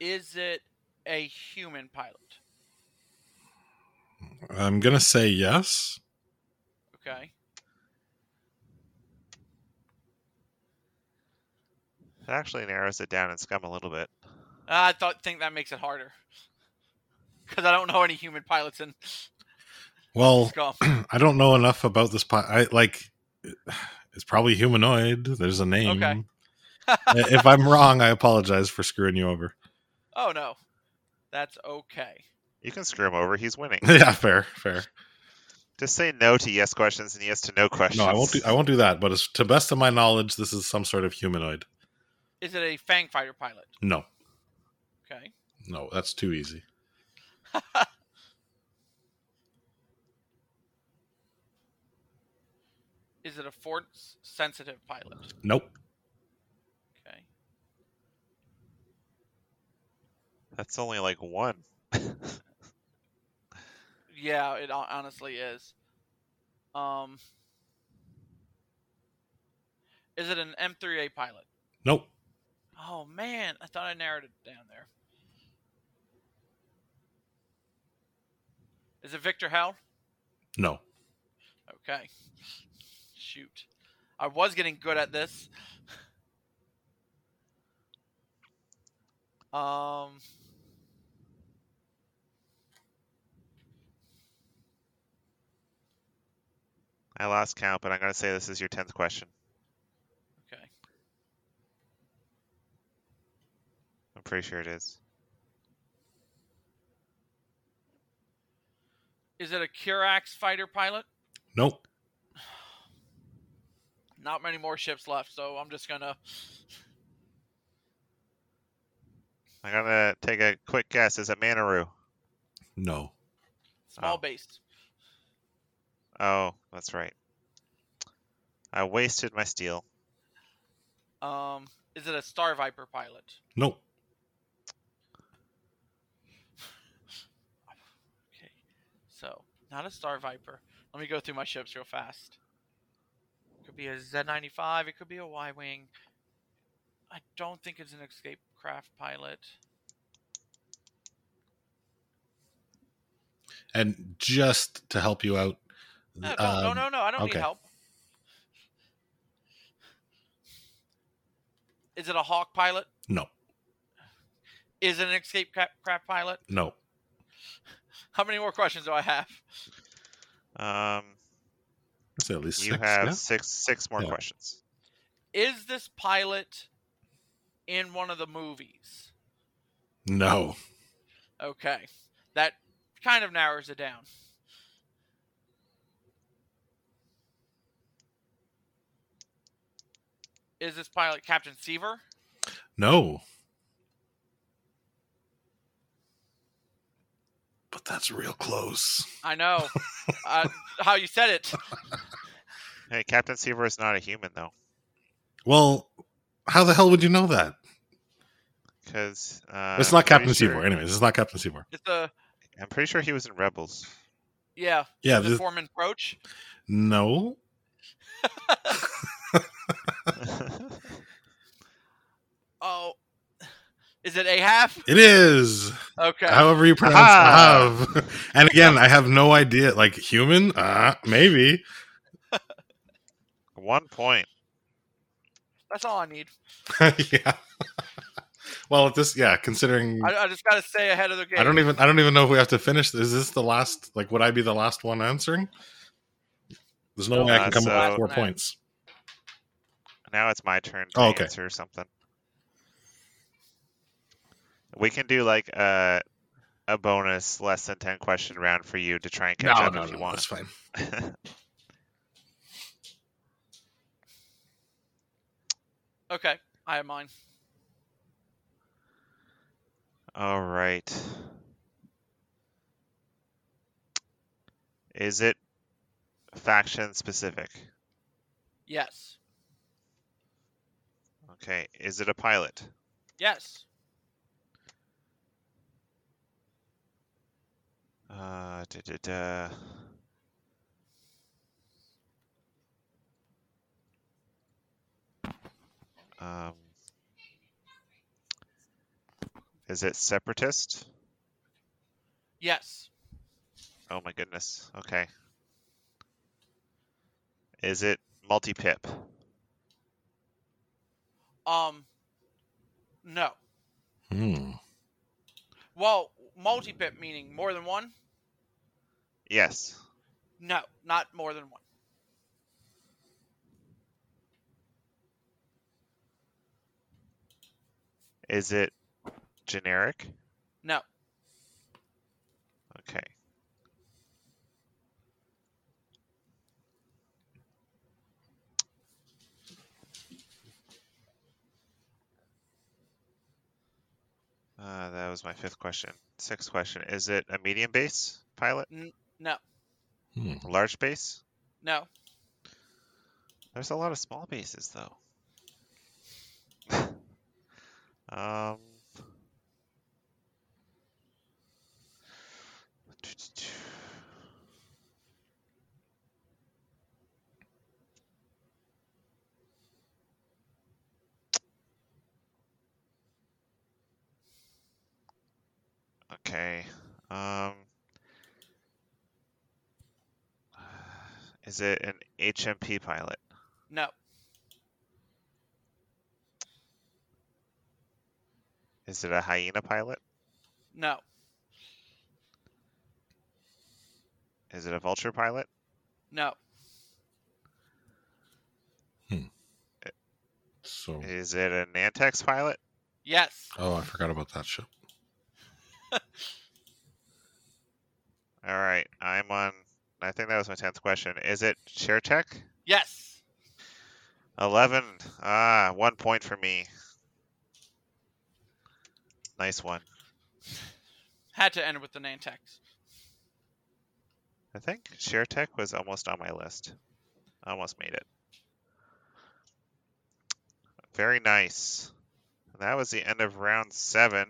Speaker 8: Is it a human pilot?
Speaker 6: I'm gonna say yes.
Speaker 8: Okay.
Speaker 7: It actually narrows it down and scum a little bit.
Speaker 8: I thought think that makes it harder because I don't know any human pilots in
Speaker 6: Well,
Speaker 8: Scum.
Speaker 6: I don't know enough about this. Pi- I like. It's probably humanoid. There's a name.
Speaker 8: Okay.
Speaker 6: if I'm wrong, I apologize for screwing you over.
Speaker 8: Oh no, that's okay.
Speaker 7: You can screw him over. He's winning.
Speaker 6: yeah, fair, fair.
Speaker 7: Just say no to yes questions and yes to no questions.
Speaker 6: No, I won't do. I won't do that. But as, to best of my knowledge, this is some sort of humanoid.
Speaker 8: Is it a Fang Fighter pilot?
Speaker 6: No,
Speaker 8: Okay.
Speaker 6: no, that's too easy.
Speaker 8: Is it a force sensitive pilot?
Speaker 6: Nope.
Speaker 8: Okay.
Speaker 7: That's only like one.
Speaker 8: Yeah, it hon- honestly is. Um, is it an M3A pilot?
Speaker 6: Nope.
Speaker 8: Oh man, I thought I narrowed it down there. Is it Victor Howell?
Speaker 6: No.
Speaker 8: Okay. Shoot. I was getting good at this. Um
Speaker 7: I lost count, but I'm going to say this is your 10th question.
Speaker 8: okay.
Speaker 7: I'm pretty sure it is.
Speaker 8: Is it a Curax fighter pilot?
Speaker 6: Nope.
Speaker 8: Not many more ships left, so I'm just gonna
Speaker 7: I'm going to take a quick guess. Is it Manaru?
Speaker 6: No.
Speaker 8: small
Speaker 7: Oh.
Speaker 8: based.
Speaker 7: Oh, that's right. I wasted my steel.
Speaker 8: Um is it a Star Viper pilot?
Speaker 6: Nope.
Speaker 8: Okay. So not a Star Viper. Let me go through my ships real fast. Could be a Z ninety five, it could be a Y Wing. I don't think it's an escape craft pilot.
Speaker 6: And just to help you out.
Speaker 8: No, no, no,
Speaker 6: um,
Speaker 8: no, no. I don't need
Speaker 6: okay.
Speaker 8: help. Is it a hawk pilot?
Speaker 6: No.
Speaker 8: Is it an escape cra- craft pilot?
Speaker 6: No.
Speaker 8: How many more questions do I have?
Speaker 7: Um,
Speaker 6: I'd say at least
Speaker 7: you
Speaker 6: six.
Speaker 7: have
Speaker 6: yeah?
Speaker 7: six six more
Speaker 6: Yeah.
Speaker 7: questions.
Speaker 8: Is this pilot in one of the movies?
Speaker 6: No.
Speaker 8: Okay, that kind of narrows it down. Is this pilot Captain Seaver?
Speaker 6: No. But that's real close.
Speaker 8: I know uh, how you said it.
Speaker 7: Hey, Captain Seaver is not a human though,
Speaker 6: Well, how the hell would you know that?
Speaker 7: because uh,
Speaker 6: it's
Speaker 7: I'm
Speaker 6: not Captain
Speaker 7: pretty
Speaker 6: Seymour.
Speaker 7: sure-
Speaker 6: Anyways, it's not Captain Seymour.
Speaker 8: It's a
Speaker 7: I'm pretty sure he was in Rebels.
Speaker 8: Yeah.
Speaker 6: Yeah.
Speaker 8: the
Speaker 6: this-
Speaker 8: Foreman Roach.
Speaker 6: no.
Speaker 8: Oh, is it Ahab?
Speaker 6: It is.
Speaker 8: Okay.
Speaker 6: However you pronounce
Speaker 7: Aha.
Speaker 6: have. And again, I have no idea. Like human? Uh, maybe.
Speaker 7: One point.
Speaker 8: That's all I need.
Speaker 6: yeah. well, this yeah, considering
Speaker 8: I, I just got to stay ahead of the game.
Speaker 6: I don't even I don't even know if we have to finish. Is this the last? Like, would I be the last one answering? There's no
Speaker 8: No,
Speaker 6: way I can
Speaker 7: that's,
Speaker 6: come up
Speaker 7: uh,
Speaker 6: with four
Speaker 8: Last one.
Speaker 6: points.
Speaker 7: Now it's my turn to
Speaker 6: Oh, okay.
Speaker 7: answer something. We can do like a a bonus less than ten question round for you to try and catch up if you want.
Speaker 6: that's fine.
Speaker 8: Okay. I have mine.
Speaker 7: All right. Is it faction specific?
Speaker 8: Yes.
Speaker 7: Okay. Is it a pilot?
Speaker 8: Yes.
Speaker 7: Uh, da, da, da. Um, Is it separatist?
Speaker 8: Yes.
Speaker 7: Oh my goodness. Okay. Is it multi pip?
Speaker 8: Um. No.
Speaker 6: Hmm.
Speaker 8: Well, multi pip meaning more than one.
Speaker 7: Yes.
Speaker 8: No, not more than one.
Speaker 7: Is it generic?
Speaker 8: No.
Speaker 7: Okay. Uh, that was my fifth question. Sixth question: Is it a medium base pilot?
Speaker 8: No.
Speaker 6: Hmm.
Speaker 7: A large base?
Speaker 8: No.
Speaker 7: There's a lot of small bases though. um. Okay. Um, is it an HMP pilot?
Speaker 8: No.
Speaker 7: Is it a hyena pilot?
Speaker 8: No.
Speaker 7: Is it a vulture pilot?
Speaker 8: No.
Speaker 6: So,
Speaker 7: Is it a Nantex pilot?
Speaker 8: Yes.
Speaker 6: oh, I forgot about that ship.
Speaker 7: All right, I'm on. I think that was my tenth question. Is it ShareTech?
Speaker 8: Yes.
Speaker 7: Eleven. Ah, one point for me. Nice one.
Speaker 8: Had to end with the Nantex.
Speaker 7: I think ShareTech was almost on my list. Almost made it. Very nice. That was the end of round seven.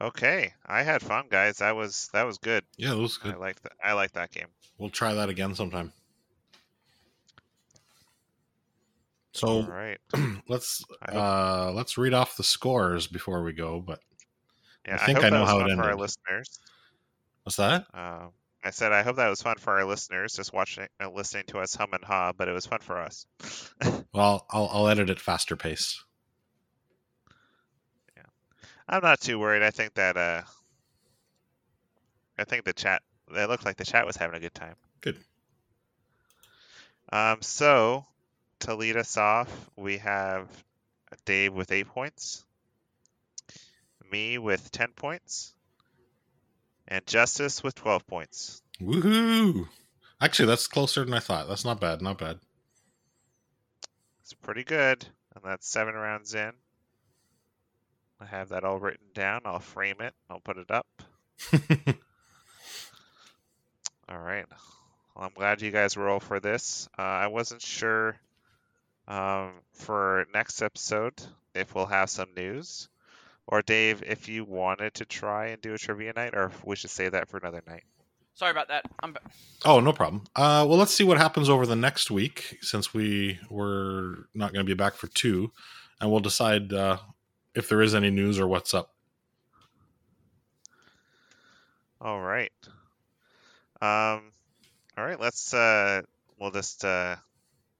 Speaker 7: Okay, I had fun, guys. That was that was good.
Speaker 6: Yeah, that was
Speaker 7: I
Speaker 6: good.
Speaker 7: liked th- I like that game.
Speaker 6: We'll try that again sometime.
Speaker 7: All
Speaker 6: So
Speaker 7: right.
Speaker 6: let's
Speaker 7: I hope-
Speaker 6: uh let's read off the scores before we go. But
Speaker 7: Yeah,
Speaker 6: think
Speaker 7: hope
Speaker 6: I
Speaker 7: that
Speaker 6: know
Speaker 7: was
Speaker 6: how it
Speaker 7: fun for our
Speaker 6: ended.
Speaker 7: listeners.
Speaker 6: what's that?
Speaker 7: Um, I said I hope that was fun for our listeners, just watching and listening to us hum and ha, but it was fun for us.
Speaker 6: Well, I'll I'll edit it faster pace.
Speaker 7: I'm not too worried. I think that uh, I think the chat. It looked like the chat was having a good time.
Speaker 6: Good.
Speaker 7: Um, so to lead us off, we have Dave with eight points, me with ten points, and Justice with twelve points.
Speaker 6: Woohoo! Actually, that's closer than I thought. That's not bad. Not bad.
Speaker 7: It's pretty good. And that's seven rounds in. I have that all written down. I'll frame it. I'll put it up. All right. Well, I'm glad you guys were all for this. Uh, I wasn't sure um, for next episode if we'll have some news. Or, Dave, if you wanted to try and do a trivia night, or if we should save that for another night.
Speaker 8: Sorry about that. I'm ba-
Speaker 6: Oh, no problem. Uh, well, let's see what happens over the next week since we were not going to be back for two, and we'll decide uh, if there is any news or what's up.
Speaker 7: All right. Um, all right. Let's. Uh, we'll just uh,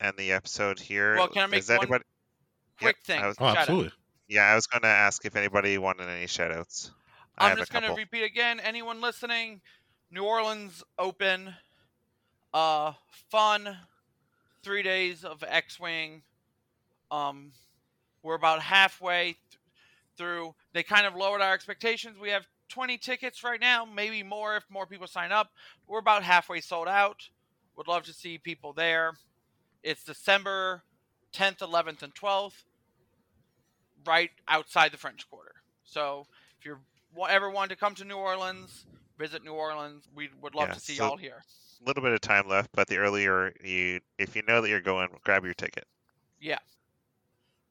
Speaker 7: end the episode here.
Speaker 8: Well, can I make
Speaker 7: Is
Speaker 8: one
Speaker 7: anybody...
Speaker 8: quick
Speaker 7: Yep, I
Speaker 8: thing.
Speaker 7: was-
Speaker 6: Oh,
Speaker 8: Shout out.
Speaker 6: absolutely.
Speaker 7: Yeah, I was going to ask if anybody wanted any shoutouts. I
Speaker 8: I'm
Speaker 7: have a
Speaker 8: just going to
Speaker 7: couple.
Speaker 8: repeat again. Anyone listening? New Orleans Open. Uh, fun. Three days of X-wing. Um, we're about halfway th- through. They kind of lowered our expectations. We have 20 tickets right now, maybe more if more people sign up. We're about halfway sold out. Would love to see people there. It's December 10th, 11th, and 12th, right outside the French Quarter. So if you're wa- ever want to come to New Orleans, visit New Orleans. We would love
Speaker 7: Yeah,
Speaker 8: to see
Speaker 7: so-
Speaker 8: y'all here.
Speaker 7: little bit of time left, but the earlier you, if you know that you're going, grab your ticket.
Speaker 8: Yeah.